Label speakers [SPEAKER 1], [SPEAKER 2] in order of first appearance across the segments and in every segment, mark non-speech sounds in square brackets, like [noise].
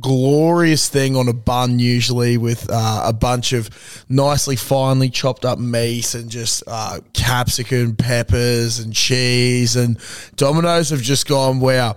[SPEAKER 1] glorious thing on a bun, usually with uh, a bunch of nicely finely chopped up meat and just uh, capsicum, peppers, and cheese. And Domino's have just gone, wow.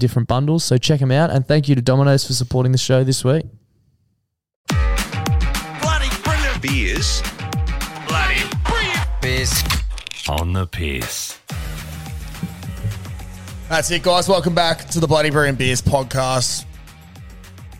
[SPEAKER 2] different bundles, so check them out. And thank you to Domino's for supporting the show this week.
[SPEAKER 3] Bloody brilliant. Beers. Bloody brilliant. Beers. On the piss.
[SPEAKER 1] That's it, guys. Welcome back to the Bloody Brew and Beers podcast.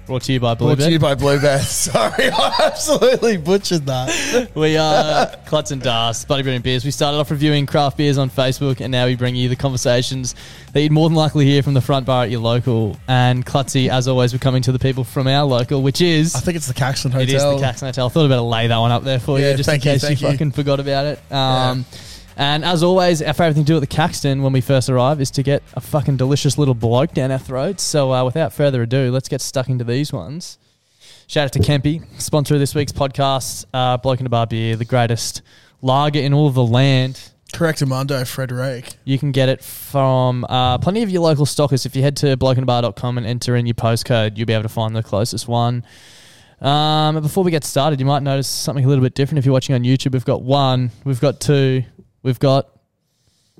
[SPEAKER 2] Brought to you by Blue
[SPEAKER 1] Brought to you by Blue Bear. [laughs] Sorry, I absolutely butchered that.
[SPEAKER 2] We are Klutz and Das, Bloody Brilliant Beers. We started off reviewing craft beers on Facebook, and now we bring you the conversations that you'd more than likely hear from the front bar at your local. And Klutzy, as always, we're coming to the people from our local, which is.
[SPEAKER 1] I think it's the Caxton Hotel.
[SPEAKER 2] it is the Caxton Hotel. I thought I'd better lay that one up there for
[SPEAKER 1] Yeah,
[SPEAKER 2] you, just in
[SPEAKER 1] thank you,
[SPEAKER 2] case you,
[SPEAKER 1] thank you.
[SPEAKER 2] fucking forgot about it. Um, And as always, our favourite thing to do at the Caxton when we first arrive is to get a fucking delicious little bloke down our throats. So uh, without further ado, let's get stuck into these ones. Shout out to Kempy, sponsor of this week's podcast, uh, Bloke in a Bar Beer, the greatest lager in all of the land.
[SPEAKER 1] Correct, Armando Frederick.
[SPEAKER 2] You can get it from uh, plenty of your local stockers. If you head to blokeinabar.com and enter in your postcode, you'll be able to find the closest one. Um, and before we get started, you might notice something a little bit different. If you're watching on YouTube, we've got one, we've got two, we've got.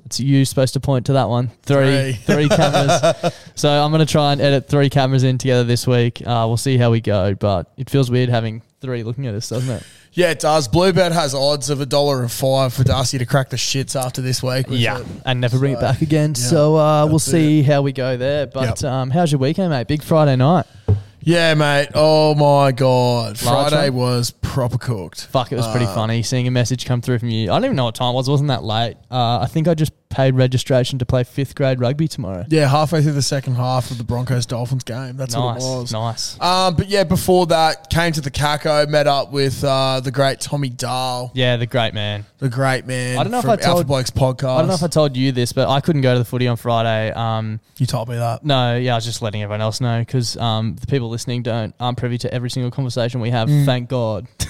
[SPEAKER 2] It's you supposed to point to that one. Three, three cameras. So I'm going to try and edit three cameras in together this week. Uh, we'll see how we go, but it feels weird having three looking at us, doesn't it?
[SPEAKER 1] Yeah, it does. Bluebird has odds of a dollar and five for Darcy to crack the shits after this week. with it.
[SPEAKER 2] and never bring it back again. so uh, we'll
[SPEAKER 1] that's
[SPEAKER 2] see how we go there. But
[SPEAKER 1] Yep.
[SPEAKER 2] um, how's your weekend, mate? Big Friday night.
[SPEAKER 1] Yeah, mate. Oh my
[SPEAKER 2] Large
[SPEAKER 1] god, Friday
[SPEAKER 2] one?
[SPEAKER 1] was proper cooked.
[SPEAKER 2] Fuck, it was
[SPEAKER 1] Uh,
[SPEAKER 2] pretty funny seeing a message come through from you. I don't even know what time it was. It wasn't that late. Uh, I think I just paid registration to play fifth grade rugby tomorrow.
[SPEAKER 1] Yeah, halfway through the second half of the Broncos Dolphins game. That's what it
[SPEAKER 2] nice,
[SPEAKER 1] was.
[SPEAKER 2] nice.
[SPEAKER 1] Um, but yeah, before that, came to the Caco, met up with uh, the great Tommy Dahl.
[SPEAKER 2] Yeah, the great man.
[SPEAKER 1] the great man.
[SPEAKER 2] I don't know if
[SPEAKER 1] from
[SPEAKER 2] I told-
[SPEAKER 1] Alpha Blokes podcast.
[SPEAKER 2] I don't know if I told you this, but I couldn't go to the footy on Friday. Um,
[SPEAKER 1] you told me that.
[SPEAKER 2] no, yeah, I was just letting everyone else know because um, the people listening don't aren't privy to every single conversation we have. Thank God. Mm.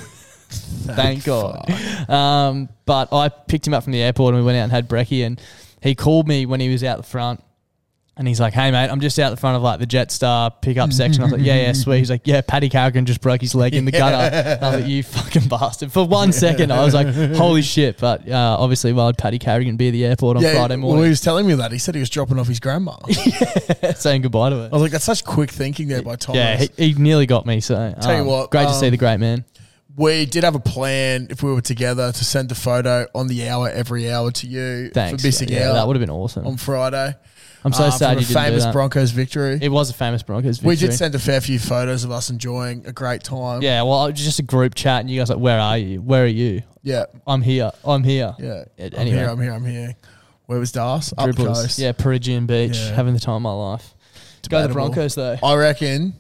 [SPEAKER 2] [laughs] Thank God. Um, but I picked him up from the airport and we went out and had brekkie. And he called me when he was out the front. And he's like, hey, mate, I'm just out the front of like the Jetstar pickup section. I was like, yeah, yeah, sweet. He's like, yeah, Paddy Carrigan just broke his leg in the [laughs] gutter. And I was like, you fucking bastard. For one second, I was like, holy shit. But uh, obviously, why would Paddy Carrigan be at the airport on Friday
[SPEAKER 1] Well, he
[SPEAKER 2] morning [laughs]
[SPEAKER 1] was telling me that. He said he was dropping off his grandma. I
[SPEAKER 2] saying goodbye to it?
[SPEAKER 1] was like, that's such quick thinking there by Thomas.
[SPEAKER 2] Yeah, he, he nearly got me. So,
[SPEAKER 1] Tell you
[SPEAKER 2] um,
[SPEAKER 1] what,
[SPEAKER 2] great to
[SPEAKER 1] um,
[SPEAKER 2] see the great man.
[SPEAKER 1] we did have a plan if we were together to send a photo on the hour every hour to you
[SPEAKER 2] Thanks.
[SPEAKER 1] for missing
[SPEAKER 2] yeah,
[SPEAKER 1] out
[SPEAKER 2] that would have been awesome.
[SPEAKER 1] on Friday.
[SPEAKER 2] I'm so sad
[SPEAKER 1] Um,
[SPEAKER 2] you
[SPEAKER 1] from a
[SPEAKER 2] didn't do
[SPEAKER 1] famous
[SPEAKER 2] that.
[SPEAKER 1] Broncos victory.
[SPEAKER 2] it was a famous Broncos victory.
[SPEAKER 1] We did send a fair few photos of us enjoying a great time.
[SPEAKER 2] Yeah, well, it was just a group chat, and you guys like, where are you? Where are you?
[SPEAKER 1] yeah,
[SPEAKER 2] I'm here. I'm here.
[SPEAKER 1] yeah.
[SPEAKER 2] It-
[SPEAKER 1] I'm
[SPEAKER 2] anyway,
[SPEAKER 1] here. I'm here. I'm here. Where was Das? Up the
[SPEAKER 2] dribblers.
[SPEAKER 1] coast.
[SPEAKER 2] Yeah, Perigian Beach,
[SPEAKER 1] Yeah.
[SPEAKER 2] having the time of my life. Go the
[SPEAKER 1] Debatable.
[SPEAKER 2] Broncos though.
[SPEAKER 1] I reckon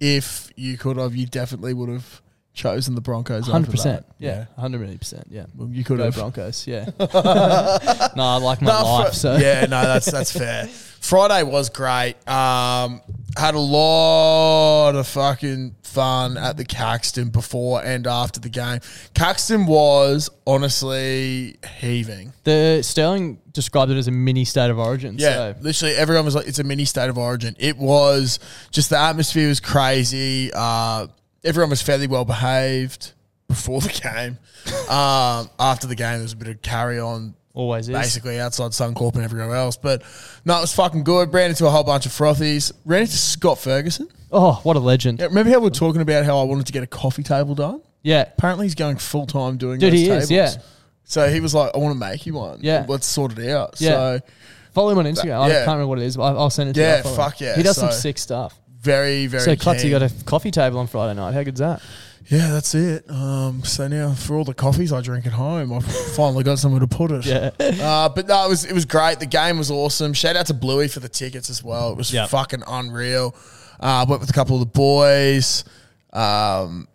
[SPEAKER 1] if you could have, you definitely would have chosen the Broncos.
[SPEAKER 2] Hundred
[SPEAKER 1] over
[SPEAKER 2] percent.
[SPEAKER 1] that.
[SPEAKER 2] Yeah, hundred million percent. Yeah.
[SPEAKER 1] Well, you could
[SPEAKER 2] Go
[SPEAKER 1] have.
[SPEAKER 2] Broncos.
[SPEAKER 1] [laughs]
[SPEAKER 2] Yeah. [laughs] no, I like my
[SPEAKER 1] No,
[SPEAKER 2] life.
[SPEAKER 1] Fri-
[SPEAKER 2] so
[SPEAKER 1] [laughs] yeah, no, that's that's fair. Friday was great. Um, had a lot of fucking fun at the Caxton before and after the game. Caxton was honestly heaving.
[SPEAKER 2] the Sterling described it as a mini state of origin. So.
[SPEAKER 1] Yeah, literally everyone was like, "It's a mini state of origin." It was just the atmosphere was crazy. Uh, everyone was fairly well behaved before [laughs] the game. um, after the game, there was a bit of carry on
[SPEAKER 2] Always is.
[SPEAKER 1] basically outside Suncorp and everywhere else. But no, it was fucking good. Ran into a whole bunch of frothies. Ran into Scott Ferguson.
[SPEAKER 2] Oh, what a legend.
[SPEAKER 1] Yeah, remember how we were talking about how I wanted to get a coffee table done?
[SPEAKER 2] Yeah.
[SPEAKER 1] Apparently, he's going full time doing.
[SPEAKER 2] Dude,
[SPEAKER 1] those
[SPEAKER 2] he is,
[SPEAKER 1] tables.
[SPEAKER 2] yeah.
[SPEAKER 1] So he was like, "I want to make you one.
[SPEAKER 2] Yeah.
[SPEAKER 1] let's sort it out."
[SPEAKER 2] Yeah.
[SPEAKER 1] So
[SPEAKER 2] Follow him on Instagram. I
[SPEAKER 1] yeah.
[SPEAKER 2] can't remember what it is, but I'll I'll send it to you.
[SPEAKER 1] Yeah,
[SPEAKER 2] I'll follow
[SPEAKER 1] fuck
[SPEAKER 2] him.
[SPEAKER 1] yeah,
[SPEAKER 2] He does some
[SPEAKER 1] so-
[SPEAKER 2] sick stuff.
[SPEAKER 1] very, very.
[SPEAKER 2] So, Clutzy
[SPEAKER 1] keen.
[SPEAKER 2] got a f- coffee table on Friday night. How good's that?
[SPEAKER 1] Yeah, that's it. Um, so now for all the coffees I drink at home, I've [laughs] finally got somewhere to put it.
[SPEAKER 2] Yeah.
[SPEAKER 1] [laughs] Uh, but no, it was it was great. The game was awesome. Shout out to Bluey for the tickets as well. It was
[SPEAKER 2] Yeah.
[SPEAKER 1] fucking unreal. Uh, went with a couple of the boys. Um,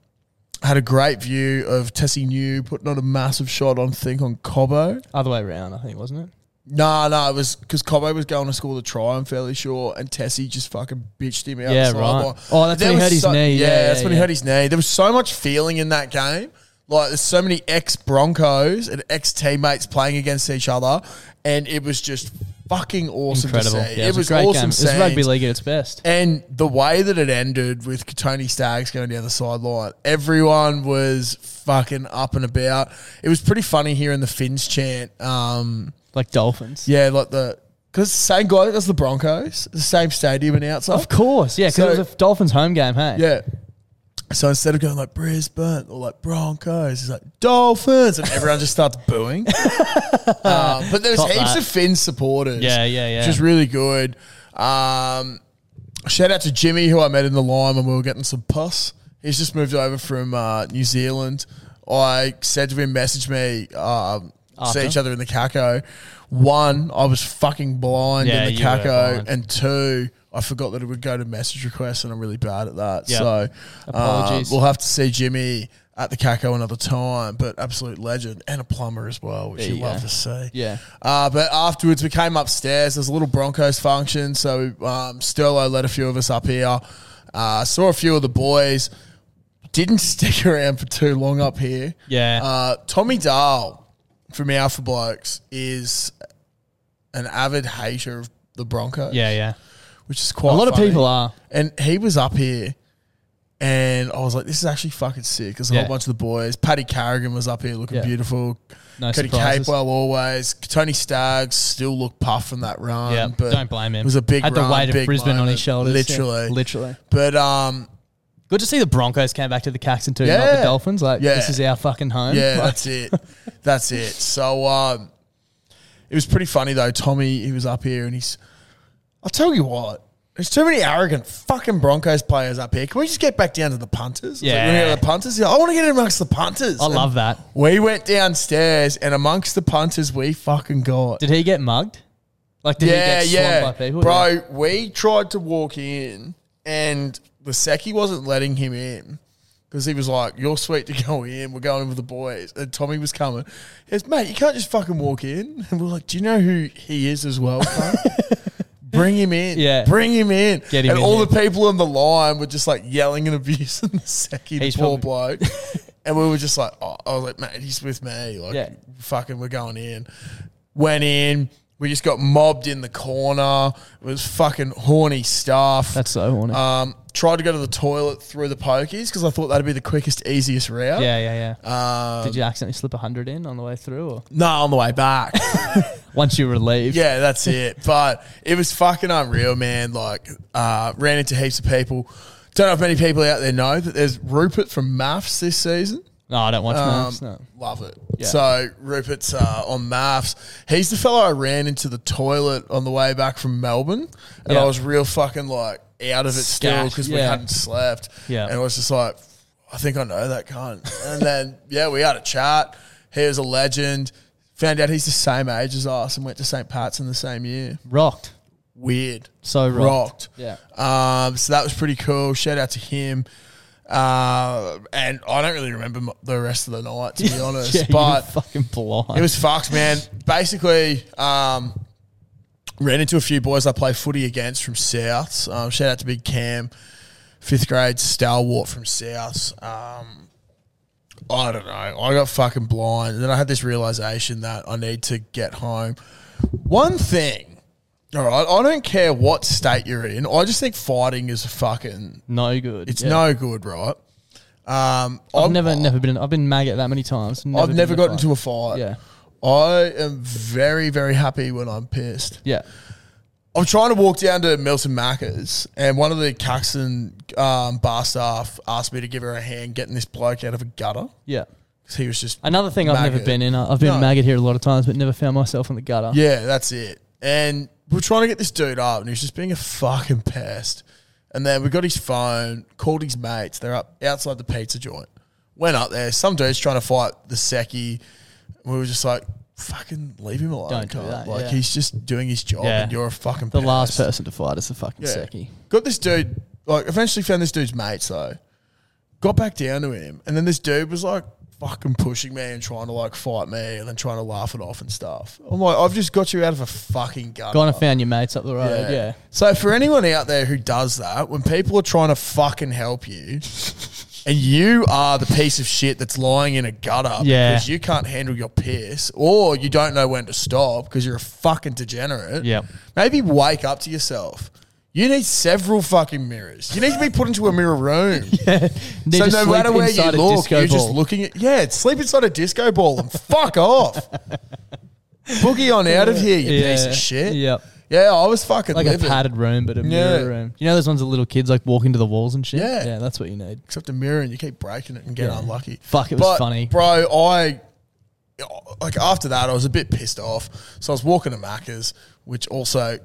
[SPEAKER 1] had a great view of Tessie New putting on a massive shot on think on Cobbo.
[SPEAKER 2] Other way around, I think, wasn't it?
[SPEAKER 1] No, no, it was because Cobbo was going to school to try, I'm fairly sure, and Tessie just fucking bitched him out.
[SPEAKER 2] Yeah,
[SPEAKER 1] the
[SPEAKER 2] right.
[SPEAKER 1] sideline.
[SPEAKER 2] Oh, that's
[SPEAKER 1] There
[SPEAKER 2] when he
[SPEAKER 1] was
[SPEAKER 2] hurt his knee.
[SPEAKER 1] Yeah,
[SPEAKER 2] Yeah,
[SPEAKER 1] that's
[SPEAKER 2] yeah,
[SPEAKER 1] when he
[SPEAKER 2] yeah.
[SPEAKER 1] hurt his knee. There was so much feeling in that game. Like, there's so many ex Broncos and ex teammates playing against each other, and it was just fucking awesome
[SPEAKER 2] Incredible.
[SPEAKER 1] to see.
[SPEAKER 2] Yeah,
[SPEAKER 1] it,
[SPEAKER 2] it,
[SPEAKER 1] was
[SPEAKER 2] a great
[SPEAKER 1] awesome
[SPEAKER 2] game. It was
[SPEAKER 1] seeing.
[SPEAKER 2] rugby league at its best.
[SPEAKER 1] And the way that it ended with Tony Staggs going down the sideline, everyone was fucking up and about. It was pretty funny hearing the Finns chant. Um,
[SPEAKER 2] Like Dolphins.
[SPEAKER 1] yeah, like the because same guy that does the Broncos, the same stadium and outside.
[SPEAKER 2] Of course. Yeah, because
[SPEAKER 1] So-
[SPEAKER 2] it was a Dolphins home game, hey?
[SPEAKER 1] Yeah. So instead of going like Brisbane or like Broncos, it's like Dolphins, and everyone just starts
[SPEAKER 2] [laughs]
[SPEAKER 1] booing. uh, but there's
[SPEAKER 2] Top
[SPEAKER 1] heaps
[SPEAKER 2] that.
[SPEAKER 1] of Finn supporters.
[SPEAKER 2] Yeah, yeah, yeah.
[SPEAKER 1] Which is really good. Um, shout out to Jimmy, who I met in the line when we were getting some pus. He's just moved over from uh, New Zealand. I said to him, message me, um,
[SPEAKER 2] After?
[SPEAKER 1] see each other in the caco. One, I was fucking blind
[SPEAKER 2] Yeah,
[SPEAKER 1] in the
[SPEAKER 2] you were
[SPEAKER 1] caco,
[SPEAKER 2] blind.
[SPEAKER 1] and two, I forgot that it would go to message requests, and I'm really bad at that.
[SPEAKER 2] Yeah.
[SPEAKER 1] So
[SPEAKER 2] Apologies.
[SPEAKER 1] uh, we'll have to see Jimmy at the caco another time, but absolute legend and a plumber as well, which
[SPEAKER 2] There
[SPEAKER 1] you,
[SPEAKER 2] you go.
[SPEAKER 1] love to see.
[SPEAKER 2] Yeah.
[SPEAKER 1] Uh, but afterwards, we came upstairs. There's a little Broncos function, so um, Sterlo led a few of us up here. Uh, saw a few of the boys. Didn't [laughs] stick around for too long up here.
[SPEAKER 2] Yeah.
[SPEAKER 1] Uh, Tommy Dahl from Alpha Blokes is an avid hater of the Broncos.
[SPEAKER 2] Yeah, yeah.
[SPEAKER 1] which is
[SPEAKER 2] A
[SPEAKER 1] quite
[SPEAKER 2] lot of
[SPEAKER 1] funny.
[SPEAKER 2] people are.
[SPEAKER 1] And he was up here, and I was like, "This is actually fucking sick." There's a
[SPEAKER 2] Yeah.
[SPEAKER 1] whole bunch of the boys. Paddy Carrigan was up here looking
[SPEAKER 2] Yeah.
[SPEAKER 1] beautiful.
[SPEAKER 2] No
[SPEAKER 1] Cody
[SPEAKER 2] surprises.
[SPEAKER 1] Capewell always. Tony Staggs still looked puffed from that run.
[SPEAKER 2] Yeah,
[SPEAKER 1] Um, but
[SPEAKER 2] don't blame him.
[SPEAKER 1] It was a big
[SPEAKER 2] Had the
[SPEAKER 1] run,
[SPEAKER 2] weight of
[SPEAKER 1] big
[SPEAKER 2] Brisbane on his
[SPEAKER 1] moment,
[SPEAKER 2] shoulders.
[SPEAKER 1] literally,
[SPEAKER 2] Yeah, literally.
[SPEAKER 1] But um,
[SPEAKER 2] Good to see the Broncos came back to the Caxton too, not the
[SPEAKER 1] Yeah.
[SPEAKER 2] Dolphins. Like,
[SPEAKER 1] Yeah.
[SPEAKER 2] this is our fucking home.
[SPEAKER 1] [laughs] yeah,
[SPEAKER 2] Like,
[SPEAKER 1] that's it, that's it. So um, it was pretty funny though. Tommy, he was up here, and he's. I'll tell you what. There's too many arrogant fucking Broncos players up here. Can we just get back down to the punters? I was like,
[SPEAKER 2] Yeah.
[SPEAKER 1] "You wanna get to the punters. He's like, I want to get in amongst the punters.
[SPEAKER 2] I love that.
[SPEAKER 1] We went downstairs, and amongst the punters, we fucking got.
[SPEAKER 2] Did he get mugged? Like, did
[SPEAKER 1] yeah,
[SPEAKER 2] he get swarmed
[SPEAKER 1] yeah,
[SPEAKER 2] by people?
[SPEAKER 1] bro.
[SPEAKER 2] Yeah.
[SPEAKER 1] We tried to walk in, and the Seki wasn't letting him in because he was like, "You're sweet to [laughs] go in. We're going with the boys." And Tommy was coming. He goes, "Mate, you can't just fucking walk in." [laughs] And we're like, "Do you know who he is as
[SPEAKER 2] [laughs]
[SPEAKER 1] well?" cunt?" Bring him in.
[SPEAKER 2] Yeah.
[SPEAKER 1] Bring him in.
[SPEAKER 2] Get him
[SPEAKER 1] and
[SPEAKER 2] in
[SPEAKER 1] all
[SPEAKER 2] here.
[SPEAKER 1] the people on the line were just like yelling and abusing [laughs] the Seki, the
[SPEAKER 2] He's [laughs]
[SPEAKER 1] poor
[SPEAKER 2] probably-
[SPEAKER 1] bloke. And we were just like, oh, I was like, mate, he's with me. Like,
[SPEAKER 4] Yeah.
[SPEAKER 1] fucking, we're going in. Went in. We just got mobbed in the corner. It was fucking horny stuff.
[SPEAKER 4] That's so horny.
[SPEAKER 1] Um, tried to go to the toilet through the pokies because I thought that'd be the quickest, easiest route.
[SPEAKER 4] yeah, yeah, yeah.
[SPEAKER 1] Um,
[SPEAKER 4] Did you accidentally slip a hundred in on the way through, or
[SPEAKER 1] No, on the way back.
[SPEAKER 4] [laughs] once you were relieved?
[SPEAKER 1] yeah, that's it. But it was fucking unreal, man. Like, uh, ran into heaps of people. Don't know if many people out there know that there's Rupert from Maths this season.
[SPEAKER 4] No, I don't watch
[SPEAKER 1] Um,
[SPEAKER 4] maths. No.
[SPEAKER 1] Love it.
[SPEAKER 4] Yeah.
[SPEAKER 1] So Rupert's uh, on maths. He's the fellow I ran into the toilet on the way back from Melbourne, and
[SPEAKER 4] Yeah.
[SPEAKER 1] I was real fucking like out of it still
[SPEAKER 4] Scat,
[SPEAKER 1] because we
[SPEAKER 4] yeah.
[SPEAKER 1] hadn't slept.
[SPEAKER 4] Yeah.
[SPEAKER 1] and I was just like, I think I know that cunt. And then [laughs] yeah, we had a chat. He was a legend. Found out he's the same age as us and went to St. Pat's in the same year.
[SPEAKER 4] Rocked.
[SPEAKER 1] Weird.
[SPEAKER 4] So rocked. Yeah.
[SPEAKER 1] Um, so that was pretty cool. Shout out to him. Uh, and I don't really remember m- the rest of the night,
[SPEAKER 4] [laughs]
[SPEAKER 1] to be honest.
[SPEAKER 4] yeah, you were
[SPEAKER 1] but
[SPEAKER 4] fucking blind.
[SPEAKER 1] it was fucked, man. Basically, um, ran into a few boys I play footy against from Souths. Um, shout out to Big Cam, fifth grade stalwart from Souths. Um, I don't know. I got fucking blind. And then I had this realization that I need to get home. One thing, all right, I don't care what state you're in. I just think fighting is fucking,
[SPEAKER 4] no good.
[SPEAKER 1] it's
[SPEAKER 4] yeah.
[SPEAKER 1] no good, right? Um,
[SPEAKER 4] I've never, never been. in- I've been maggot that many times.
[SPEAKER 1] I've never
[SPEAKER 4] been in
[SPEAKER 1] gotten into a fight.
[SPEAKER 4] Yeah.
[SPEAKER 1] I am very, very happy when I'm pissed.
[SPEAKER 4] Yeah.
[SPEAKER 1] I'm trying to walk down to Milton Macca's, and one of the Caxton um, bar staff asked me to give her a hand getting this bloke out of a gutter.
[SPEAKER 4] Yeah.
[SPEAKER 1] 'Cause He was just.
[SPEAKER 4] Another thing I've never
[SPEAKER 1] Maggot.
[SPEAKER 4] been in. I- I've been
[SPEAKER 1] No.
[SPEAKER 4] maggot here a lot of times, but never found myself in the gutter.
[SPEAKER 1] Yeah, that's it. And we're trying to get this dude up, and he's just being a fucking pest. And then we got his phone, called his mates. They're up outside the pizza joint. Went up there. Some dude's trying to fight the Seki. We were just like, fucking leave him alone.
[SPEAKER 4] Don't do
[SPEAKER 1] cunt.
[SPEAKER 4] that,
[SPEAKER 1] Like,
[SPEAKER 4] yeah.
[SPEAKER 1] he's just doing his job,
[SPEAKER 4] Yeah.
[SPEAKER 1] and you're a fucking
[SPEAKER 4] The
[SPEAKER 1] pest.
[SPEAKER 4] last person to fight is the fucking
[SPEAKER 1] Yeah.
[SPEAKER 4] Seki.
[SPEAKER 1] Got this dude, like, eventually found this dude's mates, though. Got back down to him, and then this dude was like fucking pushing me and trying to like fight me and then trying to laugh it off and stuff. I'm like, I've just got you out of a fucking gun.
[SPEAKER 4] Gone and found your mates up the road. Yeah.
[SPEAKER 1] So for anyone out there who does that, when people are trying to fucking help you, and you are the piece of shit that's lying in a gutter
[SPEAKER 4] Yeah.
[SPEAKER 1] because you can't handle your piss, or you don't know when to stop because you're a fucking degenerate.
[SPEAKER 4] Yep.
[SPEAKER 1] Maybe wake up to yourself. You need several fucking mirrors. You need to be put into a
[SPEAKER 4] [laughs]
[SPEAKER 1] mirror room.
[SPEAKER 4] Need
[SPEAKER 1] So
[SPEAKER 4] to
[SPEAKER 1] no
[SPEAKER 4] sleep
[SPEAKER 1] matter where you
[SPEAKER 4] inside a
[SPEAKER 1] look,
[SPEAKER 4] disco
[SPEAKER 1] you're just
[SPEAKER 4] ball.
[SPEAKER 1] looking at yeah. Sleep inside a disco ball and fuck
[SPEAKER 4] [laughs]
[SPEAKER 1] off. Boogie on out of here, you
[SPEAKER 4] Yeah.
[SPEAKER 1] piece of shit.
[SPEAKER 4] Yep.
[SPEAKER 1] Yeah, I was fucking
[SPEAKER 4] Like
[SPEAKER 1] livid.
[SPEAKER 4] a padded room, but a
[SPEAKER 1] Yeah.
[SPEAKER 4] mirror room. You know those ones that little kids like walk into the walls and shit.
[SPEAKER 1] Yeah.
[SPEAKER 4] yeah, that's what you need.
[SPEAKER 1] except a mirror and you keep breaking it and get
[SPEAKER 4] Yeah.
[SPEAKER 1] unlucky.
[SPEAKER 4] Fuck, it was
[SPEAKER 1] But,
[SPEAKER 4] funny.
[SPEAKER 1] Bro, I like after that I was a bit pissed off. So I was walking to Macca's, which also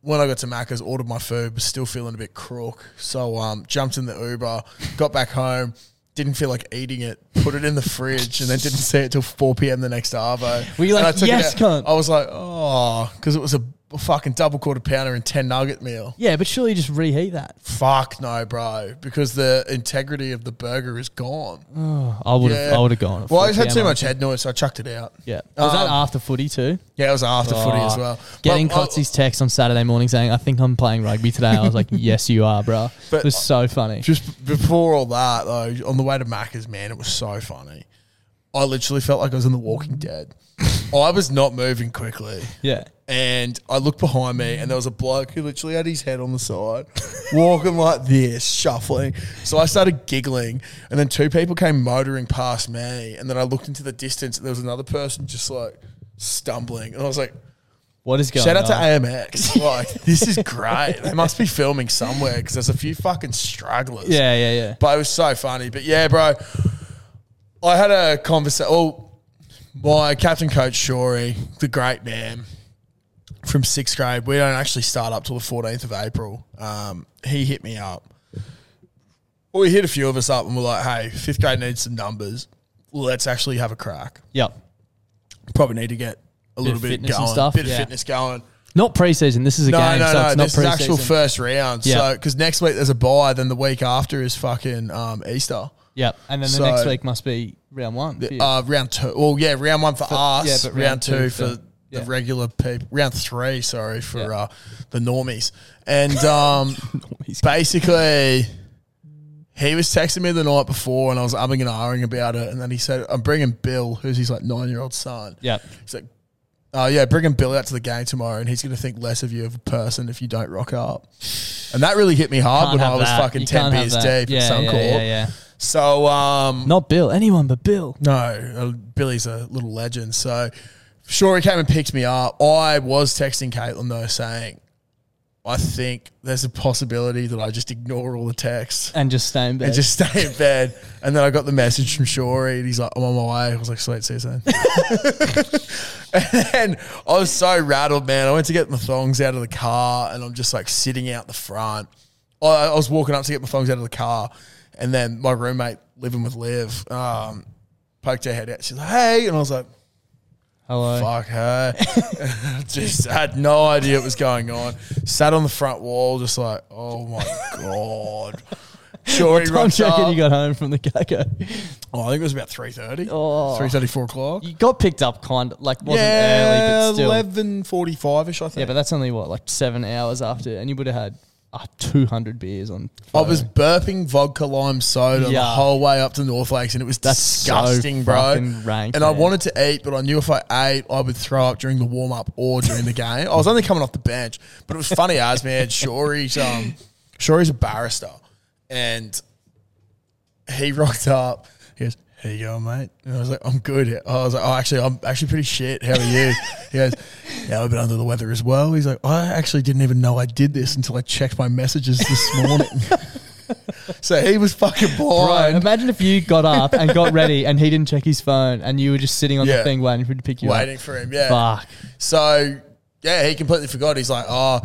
[SPEAKER 1] when I got to Macca's, ordered my food, was still feeling a bit crook. So um jumped in the Uber, got back home, didn't feel like eating it, put it in the fridge, and then didn't see it till four PM the next Arvo.
[SPEAKER 4] Were you
[SPEAKER 1] And
[SPEAKER 4] like,
[SPEAKER 1] I took it
[SPEAKER 4] "Yes,
[SPEAKER 1] out."
[SPEAKER 4] cunt?
[SPEAKER 1] I was like, oh, because it was a fucking double quarter pounder and ten nugget meal.
[SPEAKER 4] Yeah, but surely you just reheat that. [sighs]
[SPEAKER 1] Fuck no, bro, because the integrity of the burger is gone.
[SPEAKER 4] I would have.
[SPEAKER 1] Yeah.
[SPEAKER 4] I would have gone. at
[SPEAKER 1] Well, I just had
[SPEAKER 4] 4pm,
[SPEAKER 1] too
[SPEAKER 4] I
[SPEAKER 1] much
[SPEAKER 4] think.
[SPEAKER 1] head noise, so I chucked it out.
[SPEAKER 4] Yeah, was that
[SPEAKER 1] Um,
[SPEAKER 4] after footy too?
[SPEAKER 1] Yeah, it was after footy as
[SPEAKER 4] Oh,
[SPEAKER 1] well.
[SPEAKER 4] Getting
[SPEAKER 1] But uh, I-
[SPEAKER 4] Cotsy's text on Saturday morning saying, "I think I'm playing rugby today." I was
[SPEAKER 1] [laughs]
[SPEAKER 4] like, "Yes, you are, bro."
[SPEAKER 1] But-
[SPEAKER 4] it was so funny.
[SPEAKER 1] Just before all that, though, on the way to Macca's, man, it was so funny. I literally felt like I was in The Walking Dead. I was not moving quickly.
[SPEAKER 4] Yeah,
[SPEAKER 1] And I looked behind me, and there was a bloke who literally had his head on the side, [laughs] walking like this, shuffling. So I started giggling, and then two people came motoring past me, and then I looked into the distance, and there was another person just like stumbling, and I was like,
[SPEAKER 4] what is going?
[SPEAKER 1] Shout out to
[SPEAKER 4] on?
[SPEAKER 1] AMX. [laughs] Like, this is great. They must be filming somewhere because there's a few fucking stragglers.
[SPEAKER 4] Yeah, yeah, yeah.
[SPEAKER 1] But it was so funny. But yeah, bro, I had a conversation. Well, my captain coach, Shorey, the great man from sixth grade, we don't actually start up till the 14th of April. Um, he hit me up. Well, he hit a few of us up and we're like, hey, fifth grade needs some numbers. Let's actually have a crack.
[SPEAKER 4] Yep.
[SPEAKER 1] Probably need to get a little
[SPEAKER 4] of
[SPEAKER 1] bit
[SPEAKER 4] fitness and
[SPEAKER 1] going,
[SPEAKER 4] stuff,
[SPEAKER 1] bit
[SPEAKER 4] yeah.
[SPEAKER 1] of fitness going.
[SPEAKER 4] Not preseason. This is a
[SPEAKER 1] No,
[SPEAKER 4] game,
[SPEAKER 1] no,
[SPEAKER 4] so
[SPEAKER 1] no.
[SPEAKER 4] it's not
[SPEAKER 1] this is
[SPEAKER 4] preseason.
[SPEAKER 1] actual first round.
[SPEAKER 4] Yeah.
[SPEAKER 1] So because next week there's a bye, then the week after is fucking um, Easter.
[SPEAKER 4] Yep. And then the
[SPEAKER 1] So-
[SPEAKER 4] next week must be round one. for you.
[SPEAKER 1] Uh, round two. Well, yeah, round one for, us.
[SPEAKER 4] yeah, but
[SPEAKER 1] round,
[SPEAKER 4] round
[SPEAKER 1] two,
[SPEAKER 4] two
[SPEAKER 1] for
[SPEAKER 4] for- yeah.
[SPEAKER 1] the regular people. Round three, sorry, for
[SPEAKER 4] Yeah. [laughs]
[SPEAKER 1] uh, the normies. And um, basically, He was texting me the night before, and I was umming and ahhing about it. And then he said, "I'm bringing Bill, who's his like nine year old son."
[SPEAKER 4] Yep.
[SPEAKER 1] He's like, "Oh yeah, bringing Bill out to the game tomorrow, and he's going to think less of you as a person if you don't rock up." And that really hit me hard
[SPEAKER 4] Can't
[SPEAKER 1] when
[SPEAKER 4] have
[SPEAKER 1] I was
[SPEAKER 4] that.
[SPEAKER 1] fucking
[SPEAKER 4] You
[SPEAKER 1] ten
[SPEAKER 4] can't have
[SPEAKER 1] beers deep
[SPEAKER 4] that.
[SPEAKER 1] at
[SPEAKER 4] Yeah,
[SPEAKER 1] Suncorp.
[SPEAKER 4] yeah, yeah, yeah.
[SPEAKER 1] So um,
[SPEAKER 4] Not Bill, anyone but Bill.
[SPEAKER 1] no, uh, Billy's a little legend. So, sure, he came and picked me up. I was texting Caitlin, though, saying, I think there's a possibility that I just ignore all the texts
[SPEAKER 4] And just stay in bed.
[SPEAKER 1] and just stay in bed. And then I got the message from Shorey, and he's like, I'm on my way. I was like, sweet, see you soon. [laughs] and then I was so rattled, man. I went to get my thongs out of the car, and I'm just like sitting out the front. I, I was walking up to get my thongs out of the car, and then my roommate living with Liv um, poked her head out. She's like, hey. And I was like,
[SPEAKER 4] Hello. [laughs]
[SPEAKER 1] Fuck her. [laughs] just had no idea what was going on. Sat on the front wall, just like, oh my god. Sure, he
[SPEAKER 4] I'm
[SPEAKER 1] rocks
[SPEAKER 4] checking
[SPEAKER 1] up.
[SPEAKER 4] you got home from the get-go.
[SPEAKER 1] oh, I think it was about three thirty.
[SPEAKER 4] Oh.
[SPEAKER 1] Three thirty, four o'clock.
[SPEAKER 4] You got picked up kind of, like, wasn't early, but still.
[SPEAKER 1] eleven forty-five ish. I think.
[SPEAKER 4] Yeah, but that's only, what, like seven hours after, and you would have had uh, 200 beers
[SPEAKER 1] [laughs]
[SPEAKER 4] on.
[SPEAKER 1] I was burping vodka lime soda the
[SPEAKER 4] Yeah.
[SPEAKER 1] whole way up to North Lakes, and it was
[SPEAKER 4] That's so
[SPEAKER 1] disgusting, bro.
[SPEAKER 4] fucking rank,
[SPEAKER 1] and I
[SPEAKER 4] man.
[SPEAKER 1] wanted to eat, but I knew if I ate, I would throw up during the warm up or during the game. I was only coming off the bench, but it was funny as man. Shorey's um, Shorey's a barrister, and he rocked up. He goes, "How you going, mate?" And I was like, "I'm good." I was like, "Oh, actually, I'm actually pretty shit. How are you?" he goes, "Yeah, I've been under the weather as well." He's like, "I actually didn't even know I did this until I checked my messages this morning." [laughs] so he was fucking
[SPEAKER 4] Bro,
[SPEAKER 1] blind,
[SPEAKER 4] imagine if you got up and got ready and he didn't check his phone and you were just sitting on
[SPEAKER 1] Yeah.
[SPEAKER 4] the thing waiting for him to pick you
[SPEAKER 1] waiting for him. Yeah.
[SPEAKER 4] up. Fuck.
[SPEAKER 1] So yeah, he completely forgot. He's like, "Oh."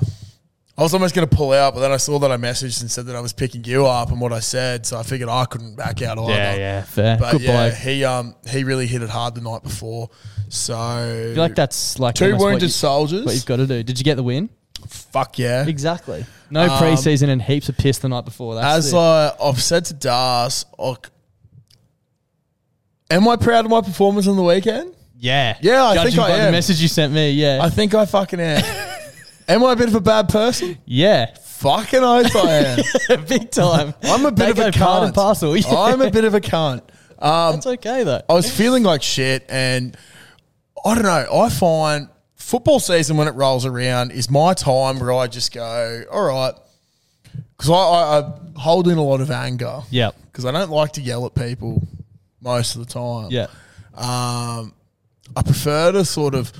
[SPEAKER 1] I was almost going to pull out, but then I saw that I messaged and said that I was picking you up and what I said, so I figured I couldn't back out either.
[SPEAKER 4] Yeah, yeah, fair.
[SPEAKER 1] But
[SPEAKER 4] Good
[SPEAKER 1] yeah,
[SPEAKER 4] bloke.
[SPEAKER 1] he um he really hit it hard the night before. So
[SPEAKER 4] I feel like that's like
[SPEAKER 1] two
[SPEAKER 4] almost what
[SPEAKER 1] wounded
[SPEAKER 4] you-
[SPEAKER 1] soldiers.
[SPEAKER 4] What you've got to do. Did you get the win?
[SPEAKER 1] Fuck yeah.
[SPEAKER 4] Exactly. No preseason and heaps of piss the night before. That's
[SPEAKER 1] Um, As
[SPEAKER 4] it.
[SPEAKER 1] I, I've said to Das, like, am I proud of my performance on the weekend?
[SPEAKER 4] yeah,
[SPEAKER 1] Yeah, I
[SPEAKER 4] Judging
[SPEAKER 1] think I
[SPEAKER 4] by the
[SPEAKER 1] am.
[SPEAKER 4] message you sent me, yeah,
[SPEAKER 1] I think I
[SPEAKER 4] [laughs]
[SPEAKER 1] fucking am. am I a bit of a bad person?
[SPEAKER 2] [laughs]
[SPEAKER 4] yeah,
[SPEAKER 1] Fucking oath I
[SPEAKER 4] [laughs]
[SPEAKER 1] am.
[SPEAKER 4] big time.
[SPEAKER 1] [laughs] I'm a bit
[SPEAKER 4] They
[SPEAKER 1] of a
[SPEAKER 4] go part and
[SPEAKER 2] [laughs]
[SPEAKER 1] cunt.
[SPEAKER 4] parcel. Yeah.
[SPEAKER 1] I'm a bit Oh. of a cunt.
[SPEAKER 4] That's okay though.
[SPEAKER 1] I was feeling like shit, and I don't know. I find football season when it rolls around is my time where I just go, all right, because I, I, I hold in a lot of anger.
[SPEAKER 4] Yep.
[SPEAKER 1] because I don't like to yell at people most of the time.
[SPEAKER 4] Yeah,
[SPEAKER 1] um, I prefer to sort of.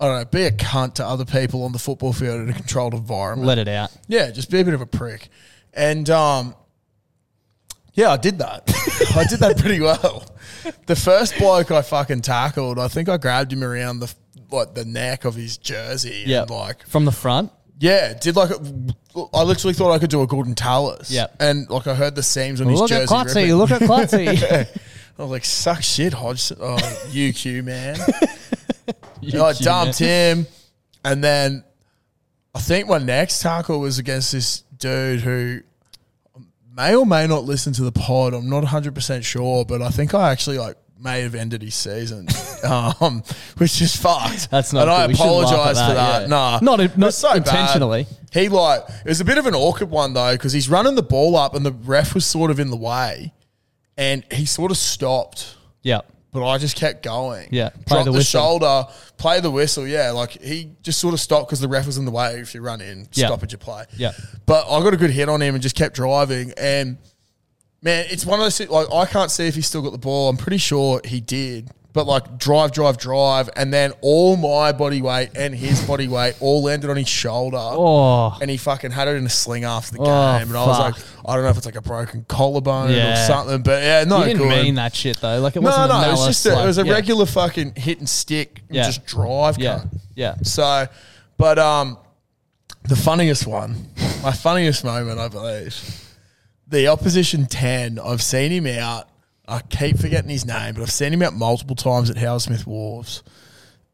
[SPEAKER 1] I don't know, be a cunt to other people on the football field in a controlled environment.
[SPEAKER 4] let it out.
[SPEAKER 1] Yeah, just be a bit of a prick. And um, yeah, I did that. [laughs] I did that pretty well. The first bloke I fucking tackled, I think I grabbed him around the like the neck of his jersey.
[SPEAKER 4] Yeah,
[SPEAKER 1] And like
[SPEAKER 4] from the front.
[SPEAKER 1] yeah, did like a- I literally thought I could do a Gordon Tallis.
[SPEAKER 4] Yeah.
[SPEAKER 1] and like I heard the seams on
[SPEAKER 4] Look
[SPEAKER 1] his
[SPEAKER 4] at
[SPEAKER 1] jersey.
[SPEAKER 4] Clutzy.
[SPEAKER 1] ripping.
[SPEAKER 4] Look at
[SPEAKER 1] [laughs]
[SPEAKER 4] Clutzy.
[SPEAKER 1] I was like, suck shit, Hodgson. Oh,
[SPEAKER 4] [laughs]
[SPEAKER 1] UQ man.
[SPEAKER 4] You
[SPEAKER 1] And I
[SPEAKER 4] cute
[SPEAKER 1] dumped
[SPEAKER 4] man.
[SPEAKER 1] him, and then I think my next tackle was against this dude who may or may not listen to the pod. I'm not 100 percent sure, but I think I actually like may have ended his season, [laughs] um, which is fucked.
[SPEAKER 4] That's not.
[SPEAKER 1] And I
[SPEAKER 4] good. We shouldn't laugh at
[SPEAKER 1] apologize for that.
[SPEAKER 4] yeah.
[SPEAKER 1] Nah,
[SPEAKER 4] not
[SPEAKER 1] It
[SPEAKER 4] not
[SPEAKER 1] was so bad.
[SPEAKER 4] intentionally.
[SPEAKER 1] He like it was a bit of an awkward one though because he's running the ball up and the ref was sort of in the way, and he sort of stopped
[SPEAKER 4] Yeah,
[SPEAKER 1] but I just kept going.
[SPEAKER 4] Yeah, play
[SPEAKER 1] Drop
[SPEAKER 4] the
[SPEAKER 1] the,
[SPEAKER 4] whistle.
[SPEAKER 1] shoulder, play the whistle. Yeah, like he just sort of stopped because the ref was in the way. If you run in,
[SPEAKER 4] Yeah.
[SPEAKER 1] stoppage of play.
[SPEAKER 4] Yeah.
[SPEAKER 1] but I got a good hit on him and just kept driving. And man, it's one of those. Like I can't see if he still got the ball. I'm pretty sure he did. But like drive, drive, drive, and then all my body weight
[SPEAKER 4] [laughs]
[SPEAKER 1] and his body weight all landed on his shoulder.
[SPEAKER 4] Oh.
[SPEAKER 1] And he fucking had it in a sling after the
[SPEAKER 4] Oh,
[SPEAKER 1] game. And I was
[SPEAKER 4] fuck.
[SPEAKER 1] like, I don't know if it's like a broken collarbone
[SPEAKER 4] Yeah.
[SPEAKER 1] or something. But yeah, no
[SPEAKER 4] you didn't
[SPEAKER 1] good
[SPEAKER 4] mean that shit though. Like it
[SPEAKER 1] no,
[SPEAKER 4] wasn't.
[SPEAKER 1] no,
[SPEAKER 4] a
[SPEAKER 1] it was
[SPEAKER 4] malice,
[SPEAKER 1] just a,
[SPEAKER 4] like-
[SPEAKER 1] it was a
[SPEAKER 4] yeah.
[SPEAKER 1] regular fucking hit and stick, and
[SPEAKER 4] Yeah.
[SPEAKER 1] just drive.
[SPEAKER 4] Yeah,
[SPEAKER 1] cunt.
[SPEAKER 4] yeah.
[SPEAKER 1] So, but um, the funniest one, my funniest moment, I believe, the opposition ten. I've seen him out. I keep forgetting his name, but I've seen him out multiple times at Howard Smith Wharves,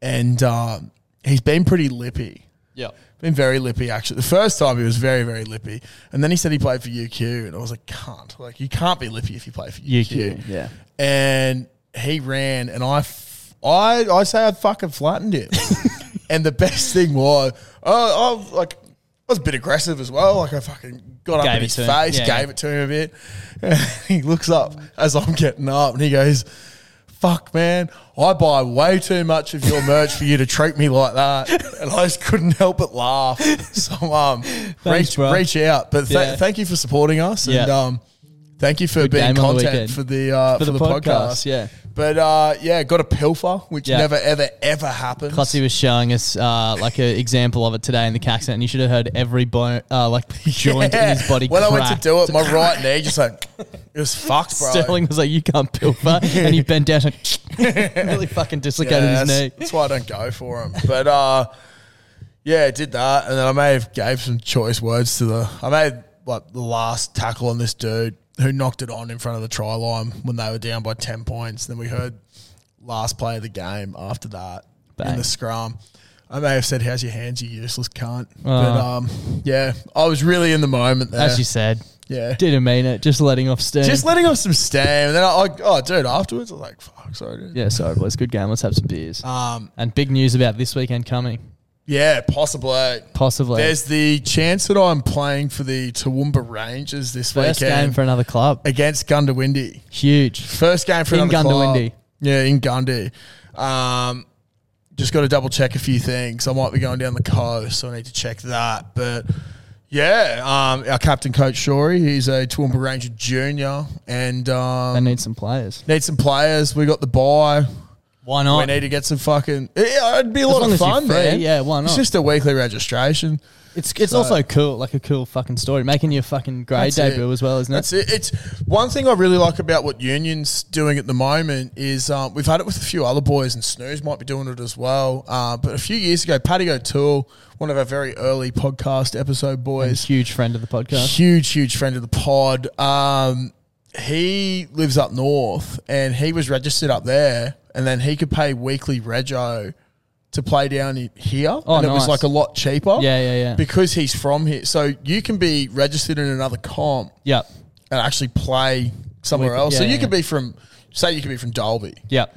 [SPEAKER 1] and um, he's been pretty lippy.
[SPEAKER 4] Yeah.
[SPEAKER 1] Been very lippy, actually. The first time he was very, very lippy. And then he said he played for UQ, and I was like, can't. Like, you can't be lippy if you play for UQ.
[SPEAKER 4] UQ, yeah.
[SPEAKER 1] And he ran, and I, f- I,
[SPEAKER 2] [laughs]
[SPEAKER 1] I say I fucking flattened him. and the best thing was, oh, I, like, was a bit aggressive as well. Like I fucking got
[SPEAKER 2] Gave
[SPEAKER 1] up in
[SPEAKER 2] it
[SPEAKER 1] his
[SPEAKER 2] to him.
[SPEAKER 1] face,
[SPEAKER 2] Yeah,
[SPEAKER 1] gave
[SPEAKER 2] yeah.
[SPEAKER 1] it to him a bit. [laughs] And he looks up as I'm getting up and he goes, Fuck man, I buy way too much of your merch for you to treat me like that. And I just couldn't help but laugh. [laughs] So um
[SPEAKER 2] Thanks,
[SPEAKER 1] reach
[SPEAKER 2] bro.
[SPEAKER 1] reach out. But th-
[SPEAKER 2] Yeah.
[SPEAKER 1] thank you for supporting us and
[SPEAKER 2] Yeah.
[SPEAKER 1] um thank you for
[SPEAKER 2] Good
[SPEAKER 1] being
[SPEAKER 2] game on the weekend.
[SPEAKER 1] content for the uh, for, the, podcast.
[SPEAKER 2] yeah.
[SPEAKER 1] But uh, yeah, got a pilfer, which
[SPEAKER 2] Yeah.
[SPEAKER 1] never ever ever happens.
[SPEAKER 2] Clutzy was showing us uh, like an example of it today in the accident, and you should have heard every bone, uh, like [laughs] joint in
[SPEAKER 1] [laughs]
[SPEAKER 2] his body.
[SPEAKER 1] When I went
[SPEAKER 2] crack.
[SPEAKER 1] to do
[SPEAKER 2] [laughs]
[SPEAKER 1] it, my right knee just like it was fucked, bro.
[SPEAKER 2] Sterling was like, "You can't pilfer," and he bent down
[SPEAKER 1] [laughs]
[SPEAKER 2] and [laughs] really fucking dislocated
[SPEAKER 1] Yeah,
[SPEAKER 2] his
[SPEAKER 1] that's,
[SPEAKER 2] knee.
[SPEAKER 1] that's why I don't go for him. But uh, yeah, I did that, and then I may have gave some choice words to the. I made like the last tackle on this dude who knocked it on in front of the try line when they were down by ten points. Then we heard last play of the game after that in
[SPEAKER 2] Bang.
[SPEAKER 1] the scrum. I may have said, "How's your hands, you useless cunt?" but um, yeah, I was really in the moment there.
[SPEAKER 2] Ah. As you said,
[SPEAKER 1] yeah,
[SPEAKER 2] didn't mean it. Just letting off steam.
[SPEAKER 1] just letting off some steam. And then I, I oh, dude, afterwards, I was like, fuck, sorry, dude.
[SPEAKER 2] yeah, sorry boys. Good game. Let's have some beers. Um, and big news about this weekend coming.
[SPEAKER 1] Yeah, possibly.
[SPEAKER 2] Possibly
[SPEAKER 1] There's the chance that I'm playing for the Toowoomba Rangers this
[SPEAKER 2] first game
[SPEAKER 1] weekend
[SPEAKER 2] for another club.
[SPEAKER 1] against Gundawindi.
[SPEAKER 2] Huge.
[SPEAKER 1] First game for
[SPEAKER 2] In
[SPEAKER 1] another club.
[SPEAKER 2] Gundawindi.
[SPEAKER 1] Yeah, in Gundy. Um, just got to double check a few things. I might be going down the coast, so I need to check that. But yeah, um, our captain, Coach Shorey, he's a Toowoomba Ranger junior, and
[SPEAKER 2] They
[SPEAKER 1] um,
[SPEAKER 2] need some players.
[SPEAKER 1] need some players. We got the buy.
[SPEAKER 2] Why not?
[SPEAKER 1] We need to get some fucking. Yeah, it'd be a
[SPEAKER 2] Oh. As
[SPEAKER 1] lot
[SPEAKER 2] long
[SPEAKER 1] of
[SPEAKER 2] as you're
[SPEAKER 1] fun,
[SPEAKER 2] free,
[SPEAKER 1] man.
[SPEAKER 2] yeah, why
[SPEAKER 1] It's
[SPEAKER 2] not?
[SPEAKER 1] just a weekly registration.
[SPEAKER 2] It's it's also cool, like a cool fucking story, making your fucking grade
[SPEAKER 1] That's
[SPEAKER 2] debut
[SPEAKER 1] it.
[SPEAKER 2] as well, isn't
[SPEAKER 1] That's
[SPEAKER 2] it?
[SPEAKER 1] it. It's one thing I really like about what Union's doing at the moment is um, we've had it with a few other boys, and Snooze might be doing it as well. Uh, but a few years ago, Paddy O'Toole, one of our very early podcast episode boys,
[SPEAKER 2] Huge friend of the podcast.
[SPEAKER 1] huge, huge friend of the pod. Um, he lives up north, and he was registered up there, and then he could pay weekly rego to play down in here,
[SPEAKER 2] Oh,
[SPEAKER 1] and it was
[SPEAKER 2] nice.
[SPEAKER 1] like a lot cheaper.
[SPEAKER 2] Yeah, yeah, yeah.
[SPEAKER 1] Because he's from here, so you can be registered in another comp
[SPEAKER 2] Yep.
[SPEAKER 1] and actually play somewhere
[SPEAKER 2] Weekly-
[SPEAKER 1] else. so
[SPEAKER 2] yeah,
[SPEAKER 1] you
[SPEAKER 2] yeah,
[SPEAKER 1] could
[SPEAKER 2] yeah.
[SPEAKER 1] be from, say, you could be from Dalby.
[SPEAKER 2] Yep.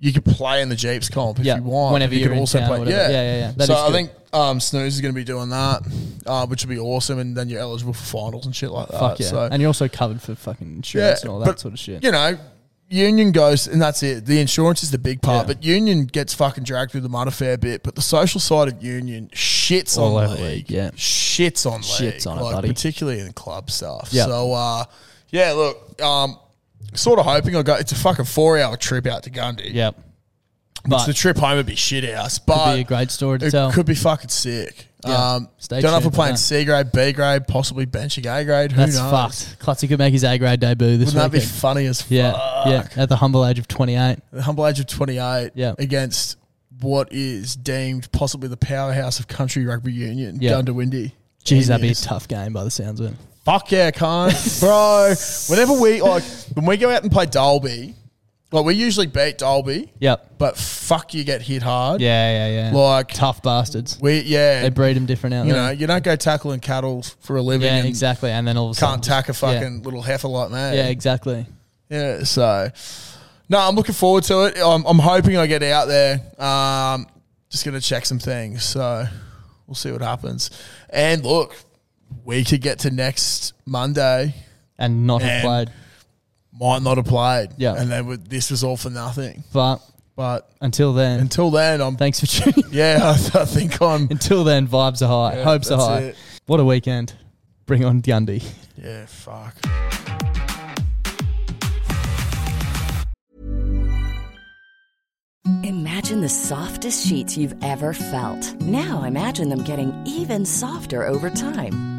[SPEAKER 1] You could play in the Jeeps comp if
[SPEAKER 2] Yeah,
[SPEAKER 1] you want.
[SPEAKER 2] whenever
[SPEAKER 1] you
[SPEAKER 2] you're
[SPEAKER 1] could
[SPEAKER 2] in town or whatever.
[SPEAKER 1] yeah,
[SPEAKER 2] Yeah, yeah, yeah. That
[SPEAKER 1] so
[SPEAKER 2] is
[SPEAKER 1] I
[SPEAKER 2] good.
[SPEAKER 1] think um, Snooze is going to be doing that, uh, which would be awesome, and then you're eligible for finals and shit like that.
[SPEAKER 2] Fuck yeah.
[SPEAKER 1] So
[SPEAKER 2] and you're also covered for fucking insurance and all that
[SPEAKER 1] but,
[SPEAKER 2] sort of shit.
[SPEAKER 1] You know, union goes, and that's it. The insurance is the big part,
[SPEAKER 2] Yeah.
[SPEAKER 1] but union gets fucking dragged through the mud a fair bit. But the social side of union shits
[SPEAKER 2] All
[SPEAKER 1] on
[SPEAKER 2] over
[SPEAKER 1] the
[SPEAKER 2] the
[SPEAKER 1] league,
[SPEAKER 2] league, yeah.
[SPEAKER 1] shits on
[SPEAKER 2] Shits
[SPEAKER 1] league,
[SPEAKER 2] on it,
[SPEAKER 1] like,
[SPEAKER 2] buddy.
[SPEAKER 1] particularly in club stuff.
[SPEAKER 2] Yeah.
[SPEAKER 1] So, uh, yeah, look, um, sort of hoping I go. It's a fucking four hour trip out to Gundy.
[SPEAKER 2] yep.
[SPEAKER 1] Which
[SPEAKER 2] But
[SPEAKER 1] the trip home would be shit house, but
[SPEAKER 2] be a great story to
[SPEAKER 1] it
[SPEAKER 2] tell.
[SPEAKER 1] Could be fucking sick.
[SPEAKER 2] Yeah.
[SPEAKER 1] Um,
[SPEAKER 2] Stay
[SPEAKER 1] don't know if we're
[SPEAKER 2] tuned for
[SPEAKER 1] playing
[SPEAKER 2] that.
[SPEAKER 1] C grade, B grade, possibly benching A grade. Who
[SPEAKER 2] that's
[SPEAKER 1] knows?
[SPEAKER 2] fucked. Clutzy could make his A grade debut this
[SPEAKER 1] Wouldn't that be
[SPEAKER 2] weekend.
[SPEAKER 1] funny as fuck?
[SPEAKER 2] yeah, yeah. At the humble age of 28.
[SPEAKER 1] the humble age of 28
[SPEAKER 2] Yeah.
[SPEAKER 1] against what is deemed possibly the powerhouse of country rugby union,
[SPEAKER 2] Yeah.
[SPEAKER 1] Gundawindi.
[SPEAKER 2] Jeez, that'd be a
[SPEAKER 1] Genius.
[SPEAKER 2] tough game by the sounds of it.
[SPEAKER 1] Fuck
[SPEAKER 2] [laughs]
[SPEAKER 1] yeah, cunt. Bro, whenever we, like, when we go out and play Dolby, like, we usually beat Dolby,
[SPEAKER 2] Yep.
[SPEAKER 1] but fuck, you get hit hard.
[SPEAKER 2] Yeah, yeah, yeah.
[SPEAKER 1] Like,
[SPEAKER 2] Tough bastards.
[SPEAKER 1] we, yeah.
[SPEAKER 2] They breed them different out
[SPEAKER 1] you
[SPEAKER 2] there.
[SPEAKER 1] know, you don't go tackling cattle for a living
[SPEAKER 2] yeah,
[SPEAKER 1] and
[SPEAKER 2] exactly. And then all of a sudden.
[SPEAKER 1] can't tack a
[SPEAKER 2] just- yeah.
[SPEAKER 1] fucking little heifer like that.
[SPEAKER 2] Yeah, exactly.
[SPEAKER 1] Yeah, so no, I'm looking forward to it. I'm, I'm hoping I get out there. Um, just gonna check some things, so we'll see what happens. And look, we could get to next Monday,
[SPEAKER 2] And not have
[SPEAKER 1] And-
[SPEAKER 2] played.
[SPEAKER 1] might not have played.
[SPEAKER 2] Yeah.
[SPEAKER 1] and then would, this was all for nothing.
[SPEAKER 2] But
[SPEAKER 1] But
[SPEAKER 2] until then,
[SPEAKER 1] until then, I'm
[SPEAKER 2] thanks for tuning
[SPEAKER 1] yeah, [laughs] I, th- I think I'm
[SPEAKER 2] [laughs] Until then, vibes are high, hopes are
[SPEAKER 1] that's
[SPEAKER 2] high.
[SPEAKER 1] it.
[SPEAKER 2] What a weekend. Bring on Gundy. [laughs]
[SPEAKER 1] yeah. Fuck.
[SPEAKER 5] Imagine the softest sheets you've ever felt. Now imagine them getting even softer over time.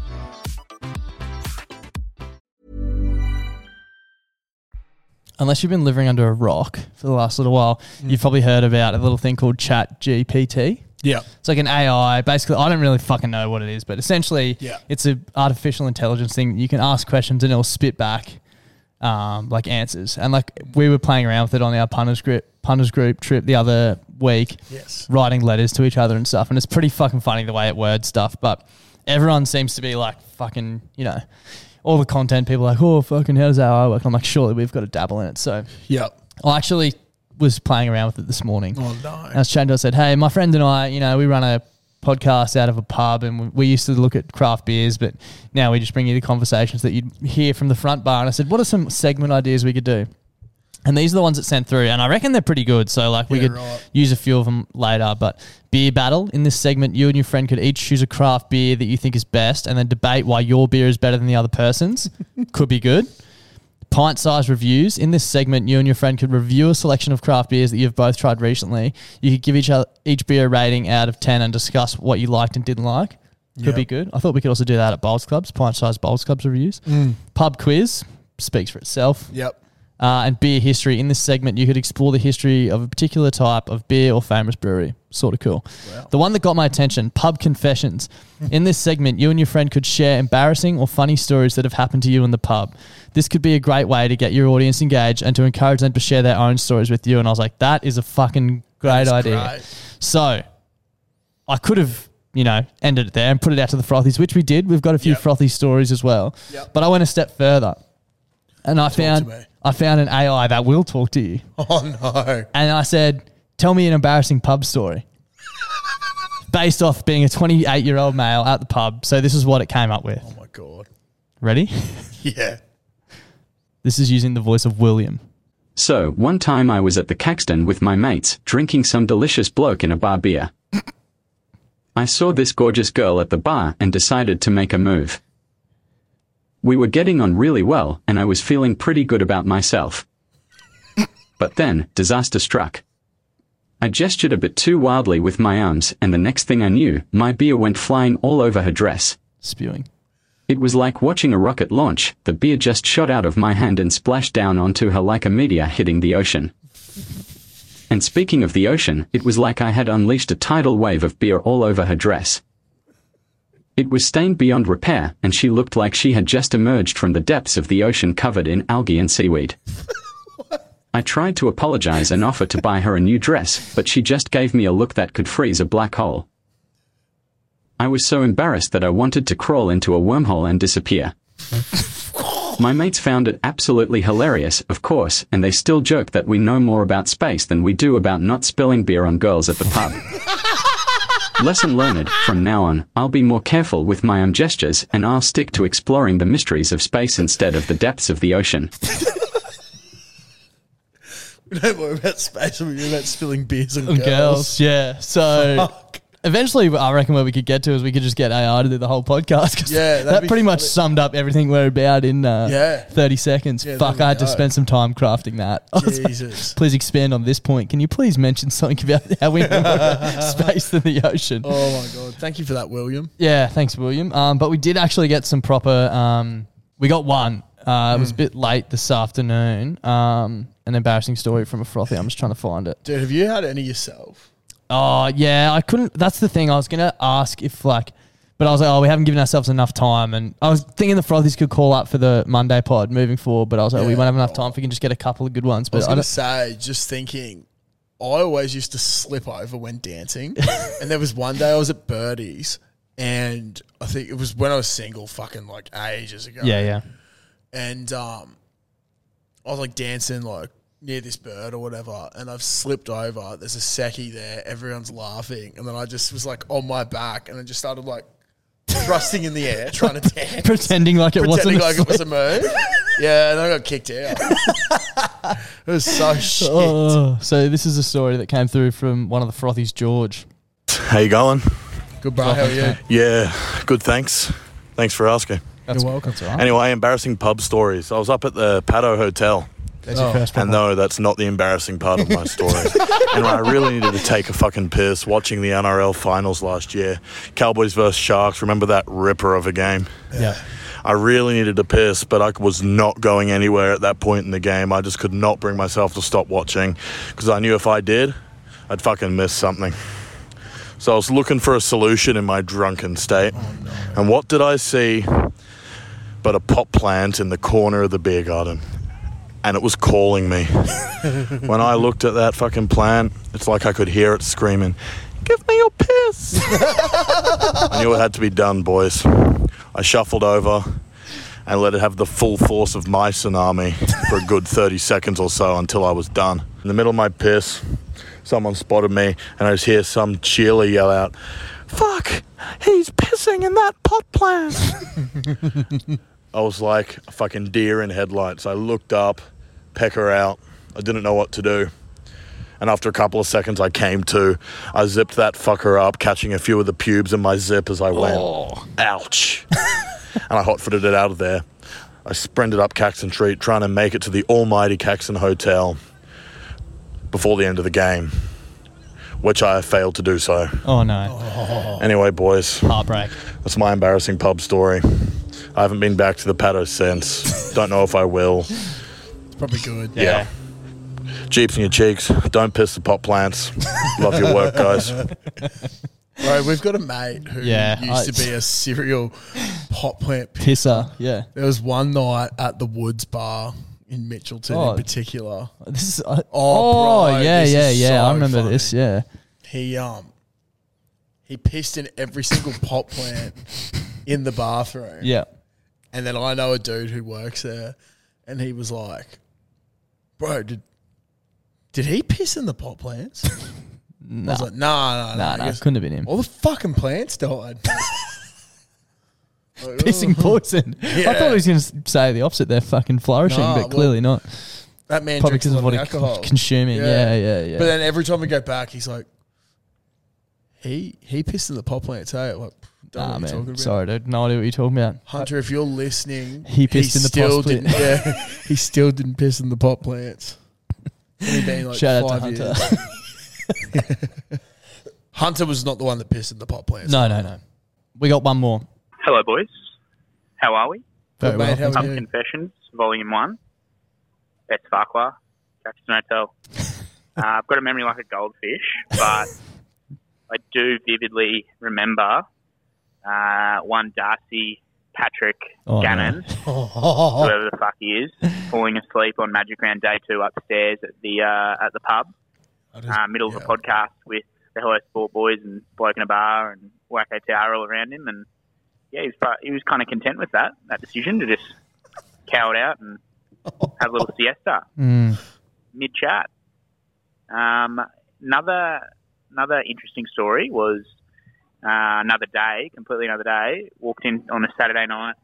[SPEAKER 2] Unless you've been living under a rock for the last little while, you've probably heard about a little thing called Chat GPT.
[SPEAKER 1] Yeah.
[SPEAKER 2] It's like an AI. Basically, I don't really fucking know what it is, but essentially,
[SPEAKER 1] Yeah.
[SPEAKER 2] it's an artificial intelligence thing. You can ask questions and it'll spit back um, like answers. And like we were playing around with it on our punters group, punters group trip the other week,
[SPEAKER 1] Yes.
[SPEAKER 2] writing letters to each other and stuff. And it's pretty fucking funny the way it words stuff. But everyone seems to be like fucking, you know, all the content people are like, oh fucking, how does AI work? And I'm like, surely we've got to dabble in it. So
[SPEAKER 1] Yeah.
[SPEAKER 2] I actually was playing around with it this morning.
[SPEAKER 1] Oh no.
[SPEAKER 2] And I was chatting to her, I said, hey, my friend and I, you know, we run a podcast out of a pub and we, we used to look at craft beers, but now we just bring you the conversations that you'd hear from the front bar. And I said, what are some segment ideas we could do? And these are the ones that sent through, and I reckon they're pretty good. So, like, we
[SPEAKER 1] Yeah,
[SPEAKER 2] could
[SPEAKER 1] right.
[SPEAKER 2] use a few of them later. But beer battle in this segment, you and your friend could each choose a craft beer that you think is best, and then debate why your beer is better than the other
[SPEAKER 1] [laughs]
[SPEAKER 2] person's. could be good pint sized reviews. In this segment, you and your friend could review a selection of craft beers that you've both tried recently. You could give each other, each beer a rating out of 10 and discuss what you liked and didn't like. Could be good. I thought we could also do that at bowls clubs, pint sized bowls clubs reviews. Pub quiz speaks for itself.
[SPEAKER 1] Yep. [laughs]
[SPEAKER 2] Uh, and beer history. In this segment, you could explore the history of a particular type of beer or famous brewery. Sort of cool. The one that got my attention pub confessions. in this segment, you and your friend could share embarrassing or funny stories that have happened to you in the pub. This could be a great way to get your audience engaged and to encourage them to share their own stories with you. And I was like, that is a fucking great idea.
[SPEAKER 1] great.
[SPEAKER 2] So I could have. You know, ended it there and put it out to the frothies, which we did. We've got a few
[SPEAKER 1] Yep.
[SPEAKER 2] frothy stories as well.
[SPEAKER 1] Yep.
[SPEAKER 2] But I went a step further and I
[SPEAKER 1] me.
[SPEAKER 2] found I found an AI that will talk to you.
[SPEAKER 1] Oh no.
[SPEAKER 2] And I said, "Tell me an embarrassing pub
[SPEAKER 1] [laughs]
[SPEAKER 2] story." Based off being a 28 year old male at the pub. So this is what it came up with.
[SPEAKER 1] Oh my god.
[SPEAKER 2] Ready? [laughs]
[SPEAKER 1] Yeah. [laughs]
[SPEAKER 2] This is using the voice of William.
[SPEAKER 6] So, one time I was at the Caxton with my mates, drinking some delicious bloke in a bar beer. I saw this gorgeous girl at the bar and decided to make a move. We were getting on really well, and I was feeling pretty good about myself. But then, disaster struck. I gestured a bit too wildly with my arms, and the next thing I knew, my beer went flying all over her dress.
[SPEAKER 2] Spewing.
[SPEAKER 6] It was like watching a rocket launch, the beer just shot out of my hand and splashed down onto her like a meteor hitting the ocean. And speaking of the ocean, it was like I had unleashed a tidal wave of beer all over her dress. It was stained beyond repair, and she looked like she had just emerged from the depths of the ocean covered in algae and seaweed. I tried to apologize and offer to buy her a new dress, but she just gave me a look that could freeze a black hole. I was so embarrassed that I wanted to crawl into a wormhole and disappear. My mates found it absolutely hilarious, of course, and they still joke that we know more about space than we do about not spilling beer on girls at the pub. Lesson learned, from now on, I'll be more careful with my own gestures and I'll stick to exploring the mysteries of space instead of the depths of the ocean.
[SPEAKER 1] We don't worry about space. We worry about spilling beers and,
[SPEAKER 2] Girls. yeah. So
[SPEAKER 1] Fuck.
[SPEAKER 2] eventually, I reckon where we could get to is we could just get AI to do the whole podcast. 'cause [laughs]
[SPEAKER 1] Yeah, that'd
[SPEAKER 2] that
[SPEAKER 1] be
[SPEAKER 2] pretty much
[SPEAKER 1] funny.
[SPEAKER 2] summed up everything we're about in uh,
[SPEAKER 1] Yeah.
[SPEAKER 2] 30 seconds.
[SPEAKER 1] Yeah,
[SPEAKER 2] Fuck,
[SPEAKER 1] there we
[SPEAKER 2] I had to
[SPEAKER 1] go.
[SPEAKER 2] spend some time crafting that. [laughs] I was like,
[SPEAKER 1] Jesus.
[SPEAKER 2] please expand on this point. Can you please mention something about how we know [laughs] more about space than the ocean?
[SPEAKER 1] Oh my god. Thank you for that, William.
[SPEAKER 2] Yeah, thanks, William. Um, but we did actually get some proper. Um, we got one. Uh, It
[SPEAKER 1] Hmm.
[SPEAKER 2] was a bit late this afternoon. Um, an embarrassing story from a frothy. I'm just trying to find it.
[SPEAKER 1] Dude, have you had any yourself?
[SPEAKER 2] Oh yeah, I couldn't. That's the thing. I was gonna ask if like, but I was like, oh, we haven't given ourselves enough time, and I was thinking the frothies could call up for the Monday pod moving forward. But I was like, we won't have enough time if we can just get a couple of good ones.
[SPEAKER 1] I was
[SPEAKER 2] But I
[SPEAKER 1] gonna
[SPEAKER 2] don't,
[SPEAKER 1] say, just thinking, I always used to slip over when
[SPEAKER 2] [laughs]
[SPEAKER 1] dancing. and there was one day I was at Birdie's, and I think it was when I was single, fucking like ages ago.
[SPEAKER 2] yeah, yeah. [laughs]
[SPEAKER 1] And um, I was like dancing like near this bird or whatever, and I've slipped over. There's a secchi there. Everyone's laughing, and then I just was like on my back, and I just started like thrusting in the air, trying to [laughs] dance,
[SPEAKER 2] Pretending like it
[SPEAKER 1] pretending
[SPEAKER 2] wasn't. a
[SPEAKER 1] like it was a move.
[SPEAKER 2] [laughs]
[SPEAKER 1] Yeah, and I got kicked out. it [laughs] was so shit.
[SPEAKER 2] Oh, [laughs] so this is a story that came through from one of the frothies, George.
[SPEAKER 3] How you going?
[SPEAKER 1] Good bro, how are you?
[SPEAKER 3] Yeah, good. Thanks. Thanks for asking.
[SPEAKER 2] That's, You're welcome. right.
[SPEAKER 3] Anyway, embarrassing pub stories. I was up at the Pado Hotel.
[SPEAKER 2] That's your first
[SPEAKER 3] And no, that's not the embarrassing part of
[SPEAKER 2] [laughs]
[SPEAKER 3] my story. and when I really needed to take a fucking piss watching the NRL finals last year. Cowboys versus Sharks. Remember that ripper of a game?
[SPEAKER 2] Yeah.
[SPEAKER 3] I really needed to piss, but I was not going anywhere at that point in the game. I just could not bring myself to stop watching because I knew if I did, I'd fucking miss something. So I was looking for a solution in my drunken state. And what did I see but a pot plant in the corner of the beer garden? And it was calling me. when I looked at that fucking plant, it's like I could hear it screaming, Give me your piss! I knew it had to be done, boys. I shuffled over and let it have the full force of my tsunami for a good 30 seconds or so until I was done. In the middle of my piss, someone spotted me and I just hear some cheerleader yell out, Fuck, he's pissing in that pot plant. I was like a fucking deer in headlights. I looked up, peck her out. I didn't know what to do. And after a couple of seconds, I came to. I zipped that fucker up, catching a few of the pubes in my zip as I went. Ouch. [laughs] and I hot footed it out of there. I sprinted up Caxton Street, trying to make it to the almighty Caxton Hotel before the end of the game, which I failed to do so.
[SPEAKER 2] Oh, no.
[SPEAKER 3] Anyway, boys,
[SPEAKER 1] Oh.
[SPEAKER 2] Heartbreak.
[SPEAKER 3] that's my embarrassing pub story. I haven't been back to the paddo since. Don't know if I will.
[SPEAKER 1] Probably good.
[SPEAKER 3] Yeah. Jeeps in your cheeks. Don't piss the pot plants. Love your work, guys.
[SPEAKER 1] Bro, we've got a mate who
[SPEAKER 2] Yeah,
[SPEAKER 1] used to
[SPEAKER 2] I-
[SPEAKER 1] be a serial pot plant. Pick.
[SPEAKER 2] Pisser. Yeah.
[SPEAKER 1] There was one night at the Woods Bar in Mitchelton
[SPEAKER 2] Oh.
[SPEAKER 1] in particular.
[SPEAKER 2] This is. Uh,
[SPEAKER 1] Oh,
[SPEAKER 2] oh,
[SPEAKER 1] bro,
[SPEAKER 2] yeah,
[SPEAKER 1] this
[SPEAKER 2] yeah,
[SPEAKER 1] is
[SPEAKER 2] yeah.
[SPEAKER 1] so
[SPEAKER 2] I remember
[SPEAKER 1] funny.
[SPEAKER 2] this. Yeah.
[SPEAKER 1] He um he pissed in every single pot plant in the bathroom.
[SPEAKER 2] Yeah.
[SPEAKER 1] And then I know a dude who works there, and he was like, "Bro, did did he piss in the
[SPEAKER 2] [laughs]
[SPEAKER 1] pot plants?" I was like, "Nah, nah, nah."
[SPEAKER 2] Nah,
[SPEAKER 1] He
[SPEAKER 2] nah.
[SPEAKER 1] goes,
[SPEAKER 2] Couldn't have been him.
[SPEAKER 1] All the fucking
[SPEAKER 2] [laughs]
[SPEAKER 1] plants died.
[SPEAKER 2] Pissing poison. I thought he was going to say the opposite. They're fucking flourishing,
[SPEAKER 1] Nah,
[SPEAKER 2] but
[SPEAKER 1] well,
[SPEAKER 2] clearly not.
[SPEAKER 1] That man
[SPEAKER 2] Probably
[SPEAKER 1] drinks a
[SPEAKER 2] because of
[SPEAKER 1] lot
[SPEAKER 2] what
[SPEAKER 1] of
[SPEAKER 2] he
[SPEAKER 1] alcohol.
[SPEAKER 2] consuming. Yeah, yeah, yeah.
[SPEAKER 1] But then every time we go back, he's like, "He he pissed in the pot plants." Hey, like, don't know
[SPEAKER 2] Nah,
[SPEAKER 1] what you're talking
[SPEAKER 2] man.
[SPEAKER 1] about.
[SPEAKER 2] Sorry, dude. No idea what you're talking about.
[SPEAKER 1] Hunter, if you're listening,
[SPEAKER 2] He pissed in the pot
[SPEAKER 1] still
[SPEAKER 2] plant.
[SPEAKER 1] didn't- Yeah, [laughs] he still didn't piss in the pot plants. Only been like
[SPEAKER 2] Shout out to
[SPEAKER 1] five
[SPEAKER 2] Hunter.
[SPEAKER 1] years. Hunter was not the one that pissed in the pot
[SPEAKER 2] [laughs]
[SPEAKER 1] plants.
[SPEAKER 2] no, no, no. We got one more.
[SPEAKER 6] Hello, boys. How are we?
[SPEAKER 2] Very
[SPEAKER 1] mate,
[SPEAKER 2] well.
[SPEAKER 1] how are [laughs] you?
[SPEAKER 6] Confessions, Volume 1. That's Farquhar, Jackson
[SPEAKER 2] [laughs]
[SPEAKER 6] Hotel. uh, I've got a memory like a goldfish, but I do vividly remember uh, one Darcy Patrick
[SPEAKER 2] Oh, no. [laughs]
[SPEAKER 6] Gannon, whoever the fuck he is, falling asleep on Magic Round Day 2 upstairs at the, uh, at the pub. uh, middle of a podcast with the Hello Sport boys and bloke in a bar and Wacko Tower all around him. And yeah, he was, pro- he was kind of content with that, that decision to just cow it out and have a little siesta mid chat. Um, another, another interesting story was uh, another day, completely another day, walked in on a Saturday night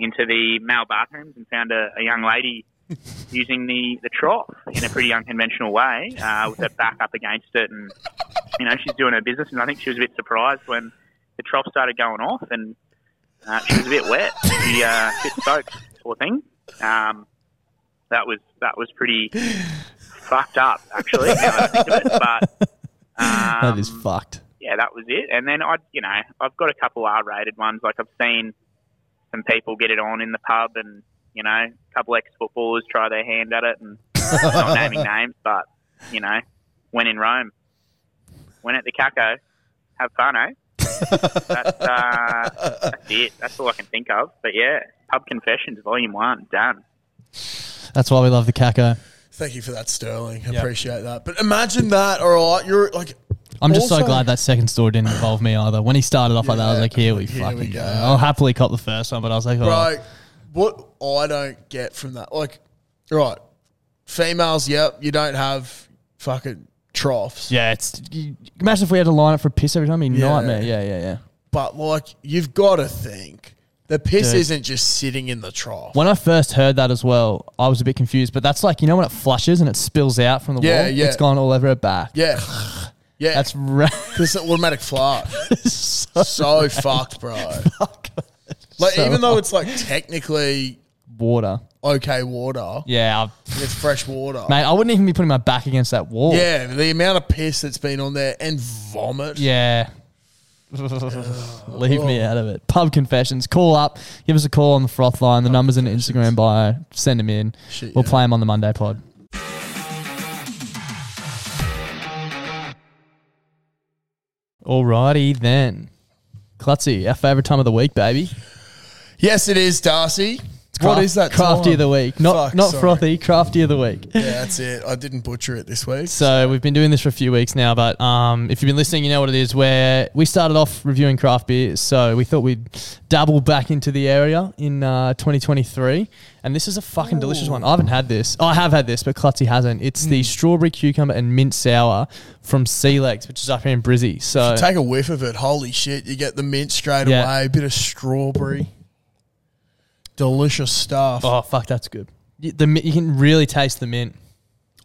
[SPEAKER 6] into the male bathrooms and found a, a young lady using the, the trough in a pretty unconventional way, uh, with her back up against it, and you know she's doing her business. And I think she was a bit surprised when the trough started going off, and uh, she was a bit wet. She uh, a bit soaked, poor thing. Um, that was that was pretty fucked up, actually. Now that I think of it, but
[SPEAKER 2] That is fucked.
[SPEAKER 6] yeah, that was it. And then I, you know, I've got a couple R-rated ones. Like I've seen some people get it on in the pub, and you know, a couple ex-footballers try their hand at it, and I'm not naming names, but you know, when in Rome, when at the Caco, have fun, eh? that's, uh, that's it. That's all I can think of. But yeah, Pub Confessions, Volume One, done.
[SPEAKER 2] That's why we love the caco.
[SPEAKER 1] Thank you for that, Sterling. I appreciate that. But imagine that, all right? You're like,
[SPEAKER 2] I'm just so
[SPEAKER 1] Also-
[SPEAKER 2] glad that second story didn't involve me either. When he started off like that, I was like, here we
[SPEAKER 1] Here we
[SPEAKER 2] fucking go.
[SPEAKER 1] go.
[SPEAKER 2] I'll happily cop the first one, but I was like, oh,
[SPEAKER 1] bro, what I don't get from that, like, right? Females, yep, you don't have fucking troughs.
[SPEAKER 2] yeah, it's. You, imagine if we had to line up for a piss every time. It'd be
[SPEAKER 1] Yeah.
[SPEAKER 2] nightmare. Yeah, yeah, yeah.
[SPEAKER 1] But like, you've got to think the piss
[SPEAKER 2] Dude.
[SPEAKER 1] isn't just sitting in the trough.
[SPEAKER 2] When I first heard that as well, I was a bit confused. But that's like, you know, when it flushes and it spills out from the
[SPEAKER 1] Yeah,
[SPEAKER 2] wall,
[SPEAKER 1] yeah.
[SPEAKER 2] it's gone all over her back.
[SPEAKER 1] Yeah, yeah,
[SPEAKER 2] That's [laughs] ra- [laughs]
[SPEAKER 1] It's an automatic fart. so, fucked, bro. Like
[SPEAKER 2] So-
[SPEAKER 1] even though it's like technically
[SPEAKER 2] water.
[SPEAKER 1] okay water,
[SPEAKER 2] Yeah, I,
[SPEAKER 1] it's fresh water.
[SPEAKER 2] mate, I wouldn't even be putting my back against that wall.
[SPEAKER 1] Yeah, the amount of piss that's been on there and vomit.
[SPEAKER 2] Yeah. [laughs] Leave
[SPEAKER 1] Oh.
[SPEAKER 2] me out of it. Pub confessions. Call up. Give us a call on the froth line. The numbers in the Instagram bio. Send them in.
[SPEAKER 1] Shit,
[SPEAKER 2] we'll
[SPEAKER 1] yeah.
[SPEAKER 2] play them on the Monday pod. Alrighty then. Clutzy, our favourite time of the week, baby.
[SPEAKER 1] Yes, it is, Darcy. what
[SPEAKER 2] Craft-
[SPEAKER 1] is that?
[SPEAKER 2] Crafty
[SPEAKER 1] time?
[SPEAKER 2] of the week. Not
[SPEAKER 1] Fuck,
[SPEAKER 2] not
[SPEAKER 1] sorry.
[SPEAKER 2] frothy, crafty of the week.
[SPEAKER 1] Yeah, that's it. I didn't butcher it this week.
[SPEAKER 2] So we've been doing this for a few weeks now, but um, if you've been listening, you know what it is. Where we started off reviewing craft beers, so we thought we'd dabble back into the area in uh, 2023, and this is a fucking delicious one. I haven't had this. I have had this, but Klutzy hasn't. It's the strawberry cucumber and mint sour from Sea Legs, which is up here in Brizzy. So
[SPEAKER 1] Take a whiff of it. Holy shit. You get the mint straight
[SPEAKER 2] Yeah.
[SPEAKER 1] away, bit of strawberry. Delicious stuff. Oh,
[SPEAKER 2] oh fuck, that's good. Y- The mint, you can really taste the mint.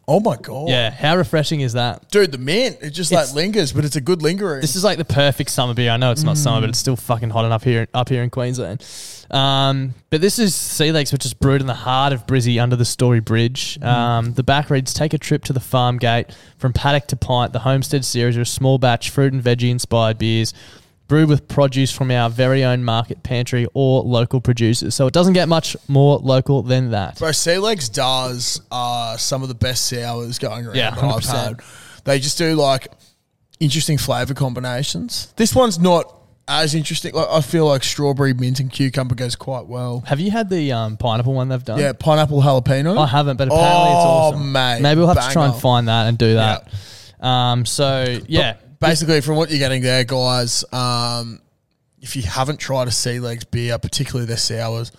[SPEAKER 1] Oh my God.
[SPEAKER 2] Yeah, how refreshing is that?
[SPEAKER 1] Dude, the mint, it just
[SPEAKER 2] It's-
[SPEAKER 1] like lingers, but it's a good lingering.
[SPEAKER 2] This is like the perfect summer beer. I know it's not summer, but it's still fucking hot enough here up here in Queensland. Um, but this is Sea Lakes, which is brewed in the heart of Brizzy under the Story
[SPEAKER 1] Mm.
[SPEAKER 2] Bridge. Um, the back reads: Take a trip to the farm gate from paddock to pint. The Homestead series are a small batch fruit and veggie inspired beers. Brewed with produce from our very own market pantry or local producers. So it doesn't get much more local than that.
[SPEAKER 1] Bro, Sea Legs does uh, some of the best sours going around
[SPEAKER 2] Yeah,
[SPEAKER 1] that I've
[SPEAKER 2] 100%.
[SPEAKER 1] had. They just do like interesting flavor combinations. This one's not as interesting. Like, I feel like strawberry, mint, and cucumber goes quite well.
[SPEAKER 2] Have you had the um, pineapple one they've done?
[SPEAKER 1] Yeah, pineapple jalapeno.
[SPEAKER 2] I haven't, but apparently it's
[SPEAKER 1] Oh,
[SPEAKER 2] awesome.
[SPEAKER 1] mate,
[SPEAKER 2] Maybe we'll have to
[SPEAKER 1] bang
[SPEAKER 2] try and
[SPEAKER 1] on.
[SPEAKER 2] find that and do that. Um, so yeah,
[SPEAKER 1] Basically, from what you're getting there, guys, um, if you haven't tried a Sea Legs beer, particularly their sours,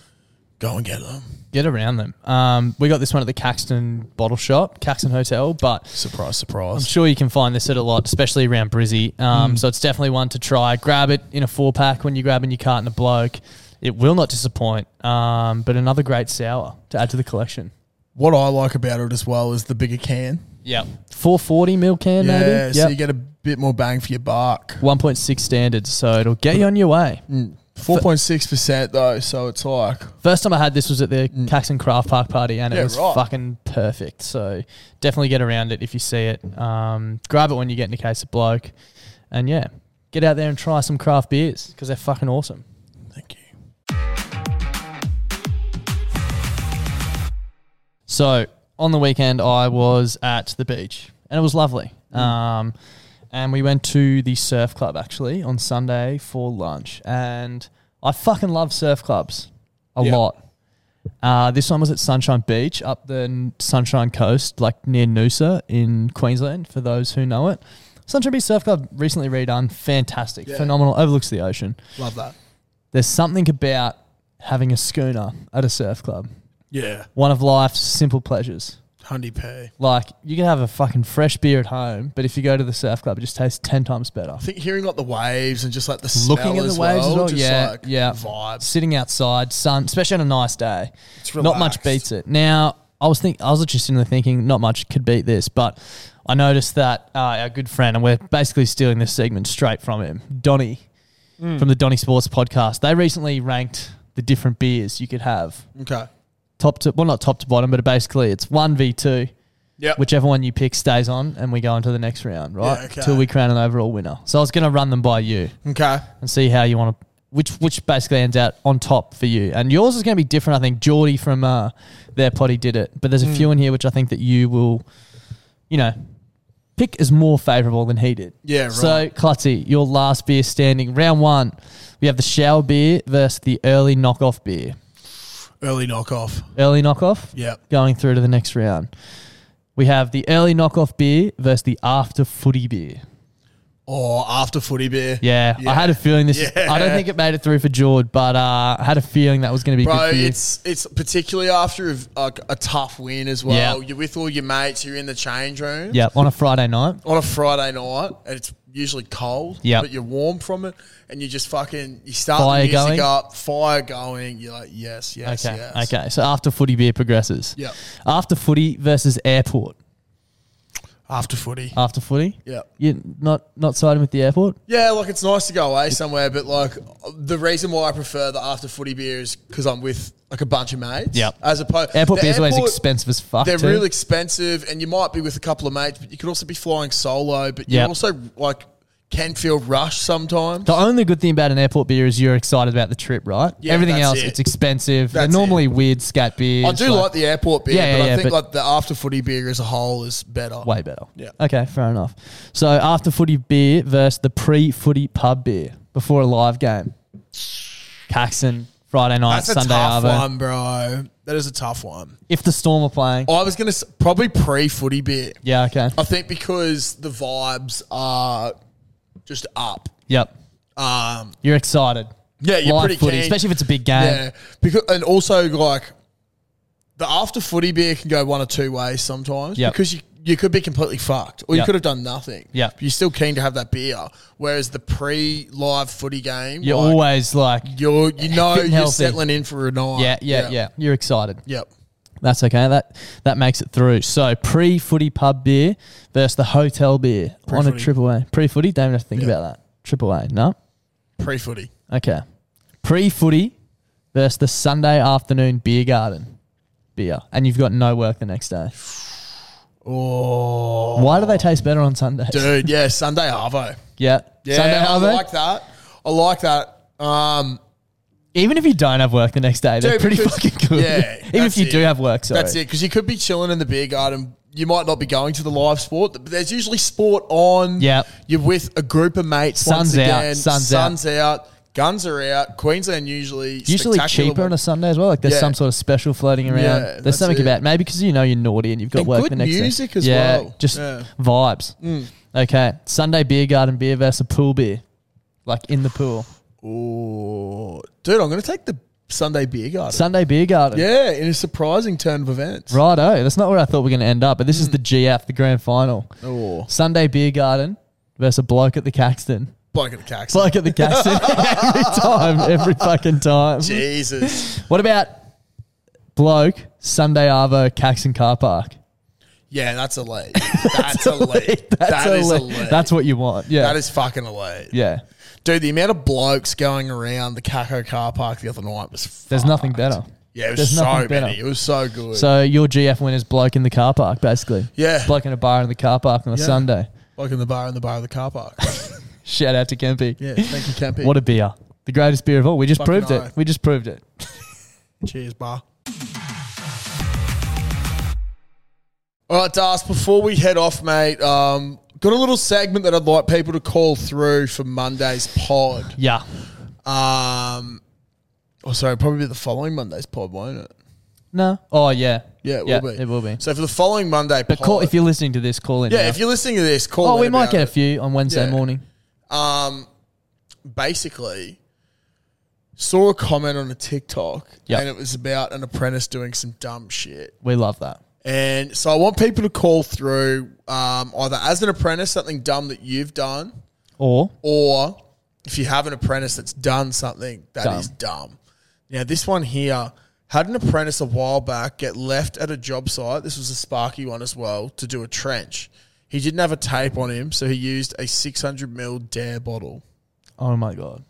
[SPEAKER 1] go and get them.
[SPEAKER 2] get around them. Um, we got this one at the Caxton Bottle Shop, Caxton Hotel, but
[SPEAKER 1] Surprise,
[SPEAKER 2] I'm
[SPEAKER 1] surprise.
[SPEAKER 2] sure you can find this at a lot, especially around Brizzy. Um,
[SPEAKER 1] Mm.
[SPEAKER 2] So it's definitely one to try. Grab it in a four pack when you're grabbing your cart and a bloke. It will not disappoint. Um, but another great sour to add to the collection.
[SPEAKER 1] What I like about it as well is the bigger can.
[SPEAKER 2] Yeah, 440 mil can
[SPEAKER 1] yeah,
[SPEAKER 2] maybe.
[SPEAKER 1] so
[SPEAKER 2] Yep.
[SPEAKER 1] you get a bit more bang for your buck.
[SPEAKER 2] 1.6 standards, so it'll get you on your way.
[SPEAKER 1] Four point six percent though, so it's like
[SPEAKER 2] First time I had this was at the Caxton Craft Park party, and it
[SPEAKER 1] Mm. Yeah,
[SPEAKER 2] was
[SPEAKER 1] right.
[SPEAKER 2] fucking perfect. So definitely get around it if you see it. Um, grab it when you get in a case of bloke, and yeah, get out there and try some craft beers because they're fucking awesome.
[SPEAKER 1] thank you.
[SPEAKER 2] So on the weekend, I was at the beach, and it was lovely.
[SPEAKER 1] Mm.
[SPEAKER 2] Um, and we went to the surf club actually on Sunday for lunch, and I fucking love surf clubs a lot. Uh, this one was at Sunshine Beach up the n- Sunshine Coast, like near Noosa in Queensland, for those who know it. Sunshine Beach Surf Club recently redone. Fantastic. Phenomenal. Overlooks the ocean.
[SPEAKER 1] Love that.
[SPEAKER 2] There's something about having a schooner at a surf club.
[SPEAKER 1] Yeah.
[SPEAKER 2] One of life's simple pleasures.
[SPEAKER 1] Hundy P.
[SPEAKER 2] Like, you can have a fucking fresh beer at home, but if you go to the surf club, it just tastes 10 times better.
[SPEAKER 1] I think hearing like the waves and just like the smell
[SPEAKER 2] Looking at the
[SPEAKER 1] as
[SPEAKER 2] waves
[SPEAKER 1] well,
[SPEAKER 2] as well,
[SPEAKER 1] just
[SPEAKER 2] yeah,
[SPEAKER 1] like
[SPEAKER 2] yeah.
[SPEAKER 1] vibes.
[SPEAKER 2] Sitting outside, sun, especially on a nice day,
[SPEAKER 1] It's
[SPEAKER 2] not much
[SPEAKER 1] relaxed.
[SPEAKER 2] beats it. Now, I was think I was just sitting there thinking, not much could beat this, but I noticed that uh, our good friend, and we're basically stealing this segment straight from him, Donny,
[SPEAKER 1] Hmm.
[SPEAKER 2] from the Donny Sports Podcast. They recently ranked the different beers you could have,
[SPEAKER 1] Okay.
[SPEAKER 2] top to well, not top to bottom, but basically it's one v two.
[SPEAKER 1] Yeah.
[SPEAKER 2] whichever one you pick stays on, and we go into the next round, right?
[SPEAKER 1] Yeah, okay.
[SPEAKER 2] Till we crown an overall winner. So I was going to run them by you
[SPEAKER 1] Okay.
[SPEAKER 2] and see how you want to, which which basically ends out on top for you. And yours is going to be different, I think. Geordie from uh, their potty did it, but there's a
[SPEAKER 1] Mm.
[SPEAKER 2] few in here which I think that you will, you know, pick is more favourable than he did.
[SPEAKER 1] Yeah, right.
[SPEAKER 2] So Clutzy, your last beer standing round one. We have the shower beer versus the early knockoff beer.
[SPEAKER 1] Early knockoff.
[SPEAKER 2] Early knockoff
[SPEAKER 1] Yeah.
[SPEAKER 2] going through to the next round. We have the early knockoff beer versus the after footy beer.
[SPEAKER 1] Or after footy beer.
[SPEAKER 2] Yeah, I had a feeling this.
[SPEAKER 1] Yeah.
[SPEAKER 2] I don't think it made it through for Jord, but uh, I had a feeling that was going to be
[SPEAKER 1] Bro,
[SPEAKER 2] good for you.
[SPEAKER 1] it's it's particularly after a, a, a tough win as well.
[SPEAKER 2] Yeah.
[SPEAKER 1] You're with all your mates. You're in the change room
[SPEAKER 2] yeah, on a Friday night.
[SPEAKER 1] on a Friday night, and it's usually cold.
[SPEAKER 2] Yeah.
[SPEAKER 1] but you're warm from it, and you just fucking you start
[SPEAKER 2] Fire
[SPEAKER 1] the music
[SPEAKER 2] going?
[SPEAKER 1] up, fire going. You're like, yes, yes,
[SPEAKER 2] Okay,
[SPEAKER 1] yes.
[SPEAKER 2] okay. So after footy beer progresses.
[SPEAKER 1] Yep.
[SPEAKER 2] After footy versus airport.
[SPEAKER 1] after footy.
[SPEAKER 2] after footy?
[SPEAKER 1] Yeah.
[SPEAKER 2] You not not siding with the airport?
[SPEAKER 1] Yeah, like it's nice to go away somewhere, but like the reason why I prefer the after footy beer is because I'm with like a bunch of mates.
[SPEAKER 2] Yep.
[SPEAKER 1] As opposed,
[SPEAKER 2] Airport
[SPEAKER 1] the
[SPEAKER 2] beer's always
[SPEAKER 1] airport-
[SPEAKER 2] expensive as fuck.
[SPEAKER 1] They're
[SPEAKER 2] too.
[SPEAKER 1] real expensive, and you might be with a couple of mates, but you could also be flying solo. But you
[SPEAKER 2] Yep.
[SPEAKER 1] also like can feel rushed sometimes.
[SPEAKER 2] The only good thing about an airport beer is you're excited about the trip, right?
[SPEAKER 1] Yeah,
[SPEAKER 2] Everything
[SPEAKER 1] that's
[SPEAKER 2] else,
[SPEAKER 1] it.
[SPEAKER 2] it's expensive.
[SPEAKER 1] That's
[SPEAKER 2] They're normally weird scat beers.
[SPEAKER 1] I do like, the airport beer,
[SPEAKER 2] Yeah, yeah,
[SPEAKER 1] but
[SPEAKER 2] yeah,
[SPEAKER 1] I think
[SPEAKER 2] but-
[SPEAKER 1] like the after footy beer as a whole is better.
[SPEAKER 2] way better.
[SPEAKER 1] Yeah.
[SPEAKER 2] Okay, fair enough. So after footy beer versus the pre footy pub beer before a live game. Caxton, Friday night,
[SPEAKER 1] that's a
[SPEAKER 2] Sunday
[SPEAKER 1] tough
[SPEAKER 2] Arvo.
[SPEAKER 1] one, bro. That is a tough one.
[SPEAKER 2] If the storm are playing.
[SPEAKER 1] I was gonna s- probably pre footy beer.
[SPEAKER 2] Yeah, okay.
[SPEAKER 1] I think because the vibes are just up.
[SPEAKER 2] Yep.
[SPEAKER 1] Um,
[SPEAKER 2] You're excited.
[SPEAKER 1] yeah, you're
[SPEAKER 2] live
[SPEAKER 1] pretty
[SPEAKER 2] footy,
[SPEAKER 1] keen.
[SPEAKER 2] especially if it's a big game.
[SPEAKER 1] yeah, because and also like the after footy beer can go one or two ways sometimes
[SPEAKER 2] Yep.
[SPEAKER 1] because you you could be completely fucked or you
[SPEAKER 2] Yep.
[SPEAKER 1] could have done nothing.
[SPEAKER 2] Yep.
[SPEAKER 1] but you're still keen to have that beer. Whereas the pre live footy game,
[SPEAKER 2] You're
[SPEAKER 1] like,
[SPEAKER 2] always like,
[SPEAKER 1] you're you
[SPEAKER 2] [laughs]
[SPEAKER 1] know
[SPEAKER 2] fit
[SPEAKER 1] you're
[SPEAKER 2] and healthy.
[SPEAKER 1] settling in for a night.
[SPEAKER 2] yeah, yeah, yeah, You're excited.
[SPEAKER 1] Yep.
[SPEAKER 2] That's okay. That that makes it through. So pre footy pub beer versus the hotel beer on a
[SPEAKER 1] Pre-footy.
[SPEAKER 2] triple A. Pre footy, don't even have to think about that. Triple A, no.
[SPEAKER 1] Pre footy.
[SPEAKER 2] Okay. Pre footy versus the Sunday afternoon beer garden beer. And you've got no work the next day.
[SPEAKER 1] Oh,
[SPEAKER 2] Why do they taste better on Sundays?
[SPEAKER 1] dude, yeah, Sunday Arvo.
[SPEAKER 2] [laughs] Yeah.
[SPEAKER 1] Yeah,
[SPEAKER 2] Sunday
[SPEAKER 1] I
[SPEAKER 2] Arvo?
[SPEAKER 1] like that. I like that. Um,
[SPEAKER 2] Even if you don't have work the next day, they're
[SPEAKER 1] Dude,
[SPEAKER 2] pretty
[SPEAKER 1] because-
[SPEAKER 2] fucking good.
[SPEAKER 1] yeah,
[SPEAKER 2] [laughs] Even if
[SPEAKER 1] that's
[SPEAKER 2] you
[SPEAKER 1] it.
[SPEAKER 2] do have work, sorry.
[SPEAKER 1] That's it, because you could be chilling in the beer garden. You might not be going to the live sport, but there's usually sport on.
[SPEAKER 2] Yep.
[SPEAKER 1] You're with a group of mates. once
[SPEAKER 2] Sun's out,
[SPEAKER 1] again.
[SPEAKER 2] sun's out.
[SPEAKER 1] sun's out. Guns are out. Queensland usually
[SPEAKER 2] Usually
[SPEAKER 1] spectacular
[SPEAKER 2] cheaper on
[SPEAKER 1] one.
[SPEAKER 2] a Sunday as well. Like there's
[SPEAKER 1] Yeah.
[SPEAKER 2] some sort of special floating around.
[SPEAKER 1] Yeah,
[SPEAKER 2] there's
[SPEAKER 1] that's
[SPEAKER 2] something
[SPEAKER 1] it.
[SPEAKER 2] about maybe because you know you're naughty and you've got
[SPEAKER 1] And
[SPEAKER 2] work
[SPEAKER 1] good
[SPEAKER 2] the next day.
[SPEAKER 1] music as
[SPEAKER 2] yeah,
[SPEAKER 1] well.
[SPEAKER 2] Just
[SPEAKER 1] Yeah. Mm.
[SPEAKER 2] vibes. Okay, Sunday beer garden beer versus pool beer, like in the pool.
[SPEAKER 1] Ooh. dude, I'm going to take the Sunday beer garden.
[SPEAKER 2] Sunday beer garden.
[SPEAKER 1] yeah, in a surprising turn of events.
[SPEAKER 2] Righto. That's not where I thought we were going to end up, but this is the GF, the grand final.
[SPEAKER 1] Hmm. Oh,
[SPEAKER 2] Sunday beer garden versus a bloke at the Caxton.
[SPEAKER 1] bloke at the cax.
[SPEAKER 2] Bloke at the
[SPEAKER 1] [laughs]
[SPEAKER 2] Caxton every time, every fucking time.
[SPEAKER 1] Jesus.
[SPEAKER 2] What about bloke Sunday Arvo Caxton car park?
[SPEAKER 1] Yeah,
[SPEAKER 2] [laughs]
[SPEAKER 1] that's elite. That's elite.
[SPEAKER 2] That's
[SPEAKER 1] That is
[SPEAKER 2] elite.
[SPEAKER 1] elite.
[SPEAKER 2] That's what you want. Yeah.
[SPEAKER 1] That is fucking elite.
[SPEAKER 2] yeah.
[SPEAKER 1] Dude, the amount of blokes going around the Caco car park the other night was fucked.
[SPEAKER 2] There's nothing better.
[SPEAKER 1] Yeah, it was
[SPEAKER 2] There's
[SPEAKER 1] so
[SPEAKER 2] nothing
[SPEAKER 1] many.
[SPEAKER 2] better.
[SPEAKER 1] It was so good.
[SPEAKER 2] So your GF win is bloke in the car park, basically.
[SPEAKER 1] Yeah.
[SPEAKER 2] Bloke in a bar in the car park on a
[SPEAKER 1] Yeah.
[SPEAKER 2] Sunday.
[SPEAKER 1] like in the bar in the bar of the car park.
[SPEAKER 2] Shout out to Kempy.
[SPEAKER 1] yeah, thank you, Campy.
[SPEAKER 2] What a beer. The greatest beer of all. We just
[SPEAKER 1] Fucking
[SPEAKER 2] proved
[SPEAKER 1] oath.
[SPEAKER 2] it. We just proved it.
[SPEAKER 1] cheers, bar. All right, Das, before we head off, mate, um, got a little segment that I'd like people to call through for Monday's pod.
[SPEAKER 2] Yeah.
[SPEAKER 1] Um, oh, sorry, probably the following Monday's pod, won't it?
[SPEAKER 2] No. Oh yeah.
[SPEAKER 1] Yeah, it will be.
[SPEAKER 2] It will be.
[SPEAKER 1] So for the following Monday
[SPEAKER 2] But
[SPEAKER 1] pod.
[SPEAKER 2] call if you're listening to this, call in.
[SPEAKER 1] yeah,
[SPEAKER 2] now.
[SPEAKER 1] if you're listening to this, call
[SPEAKER 2] Oh,
[SPEAKER 1] in
[SPEAKER 2] we might
[SPEAKER 1] about
[SPEAKER 2] get a
[SPEAKER 1] it.
[SPEAKER 2] few on Wednesday
[SPEAKER 1] Yeah.
[SPEAKER 2] morning.
[SPEAKER 1] um, basically saw a comment on a TikTok
[SPEAKER 2] Yep.
[SPEAKER 1] and it was about an apprentice doing some dumb shit.
[SPEAKER 2] We love that.
[SPEAKER 1] And so I want people to call through um, either as an apprentice, something dumb that you've done,
[SPEAKER 2] Or
[SPEAKER 1] or if you have an apprentice that's done something that is dumb. Now, this one here had an apprentice a while back get left at a job site. This was a Sparky one as well to do a trench. He didn't have a tape on him, so he used a 600 mil dare bottle.
[SPEAKER 2] oh my god.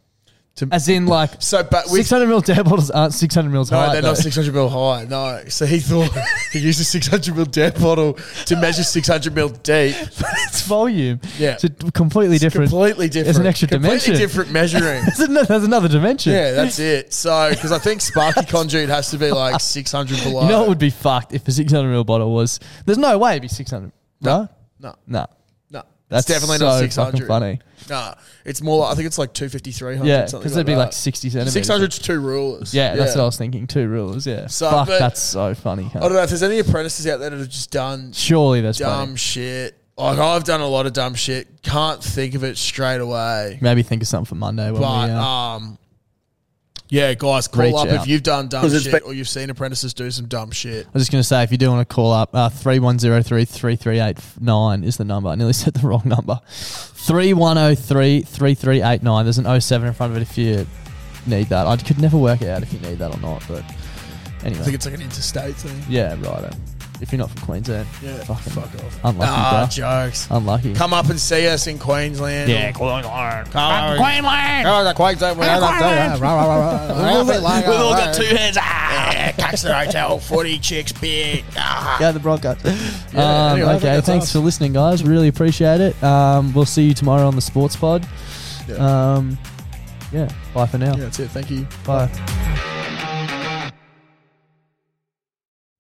[SPEAKER 2] As in like
[SPEAKER 1] [laughs] So, but with,
[SPEAKER 2] six hundred mil dare bottles aren't six hundred mils
[SPEAKER 1] no,
[SPEAKER 2] high.
[SPEAKER 1] they're
[SPEAKER 2] though.
[SPEAKER 1] not 600 mil high. No, so he thought [laughs] he used a 600 mil dare bottle to measure 600 mil deep.
[SPEAKER 2] [laughs] it's volume.
[SPEAKER 1] Yeah.
[SPEAKER 2] It's a completely different.
[SPEAKER 1] Completely different.
[SPEAKER 2] There's an extra dimension.
[SPEAKER 1] Completely different measuring.
[SPEAKER 2] [laughs] There's ano- there's another dimension.
[SPEAKER 1] yeah, that's it. So, because I
[SPEAKER 2] [laughs]
[SPEAKER 1] think Sparky conduit has to be like 600 below.
[SPEAKER 2] You know what would be fucked if a 600 ml bottle was. There's no way it'd be 600. No,
[SPEAKER 1] no,
[SPEAKER 2] no,
[SPEAKER 1] no.
[SPEAKER 2] that's
[SPEAKER 1] it's definitely
[SPEAKER 2] so
[SPEAKER 1] not
[SPEAKER 2] fucking
[SPEAKER 1] 600.
[SPEAKER 2] funny.
[SPEAKER 1] Nah, it's more. Like, I think it's like 250, 300.
[SPEAKER 2] Yeah,
[SPEAKER 1] something
[SPEAKER 2] because it'd be
[SPEAKER 1] that.
[SPEAKER 2] like 60 centimeters.
[SPEAKER 1] 600 to two rulers.
[SPEAKER 2] Yeah, that's what I was thinking. Two rulers. Yeah.
[SPEAKER 1] So,
[SPEAKER 2] Fuck,
[SPEAKER 1] but-
[SPEAKER 2] that's so funny. huh?
[SPEAKER 1] I don't know if there's any apprentices out there that have just done
[SPEAKER 2] Surely that's
[SPEAKER 1] dumb
[SPEAKER 2] funny.
[SPEAKER 1] shit. Like I've done a lot of dumb shit. Can't think of it straight away.
[SPEAKER 2] Maybe think of something for Monday. When
[SPEAKER 1] But
[SPEAKER 2] we, uh,
[SPEAKER 1] um, yeah, guys, call
[SPEAKER 2] Reach
[SPEAKER 1] up
[SPEAKER 2] out.
[SPEAKER 1] if you've done dumb
[SPEAKER 3] Was it
[SPEAKER 1] shit
[SPEAKER 3] spe-
[SPEAKER 1] or you've seen apprentices do some dumb shit.
[SPEAKER 2] I was just going to say, if you do want to call up, uh, 3103-3389 is the number. I nearly [laughs] said the wrong number. 3103-3389. There's an 07 in front of it if you need that. I could never work it out if you need that or not, but
[SPEAKER 1] I think
[SPEAKER 2] anyway.
[SPEAKER 1] it's like an interstate thing.
[SPEAKER 2] Yeah, righto.
[SPEAKER 7] if you're not from Queensland.
[SPEAKER 1] Yeah,
[SPEAKER 7] Fucking
[SPEAKER 1] fuck off.
[SPEAKER 7] Unlucky,
[SPEAKER 1] Ah,
[SPEAKER 7] bro.
[SPEAKER 1] jokes.
[SPEAKER 7] Unlucky.
[SPEAKER 1] Come up and see us in Queensland.
[SPEAKER 7] yeah, Queensland.
[SPEAKER 1] Come Queensland. Come on, Queensland. We're [laughs]
[SPEAKER 7] We've all got two
[SPEAKER 1] hands. Ah, catch the hotel. Forty chicks, big. Ah.
[SPEAKER 2] [laughs]
[SPEAKER 7] Yeah, the Broncos.
[SPEAKER 1] [laughs] Yeah,
[SPEAKER 7] um,
[SPEAKER 1] anyway, I think
[SPEAKER 7] okay,
[SPEAKER 1] that's
[SPEAKER 7] thanks
[SPEAKER 1] us.
[SPEAKER 7] for listening, guys. Really appreciate it. Um, we'll see you tomorrow on the Sports Pod. Yeah. Um, yeah. Bye for now.
[SPEAKER 1] Yeah, that's it. Thank you.
[SPEAKER 7] Bye.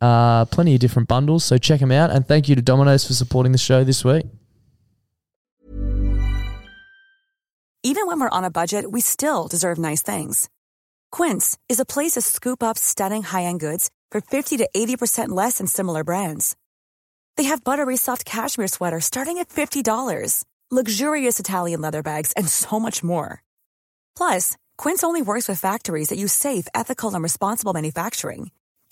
[SPEAKER 2] Uh, plenty of different bundles, so check them out. And thank you to Domino's for supporting the show this week.
[SPEAKER 5] Even when we're on a budget, we still deserve nice things. Quince is a place to scoop up stunning high-end goods for 50 to 80% less than similar brands. They have buttery soft cashmere sweaters starting at $50, luxurious Italian leather bags, and so much more. Plus, Quince only works with factories that use safe, ethical, and responsible manufacturing.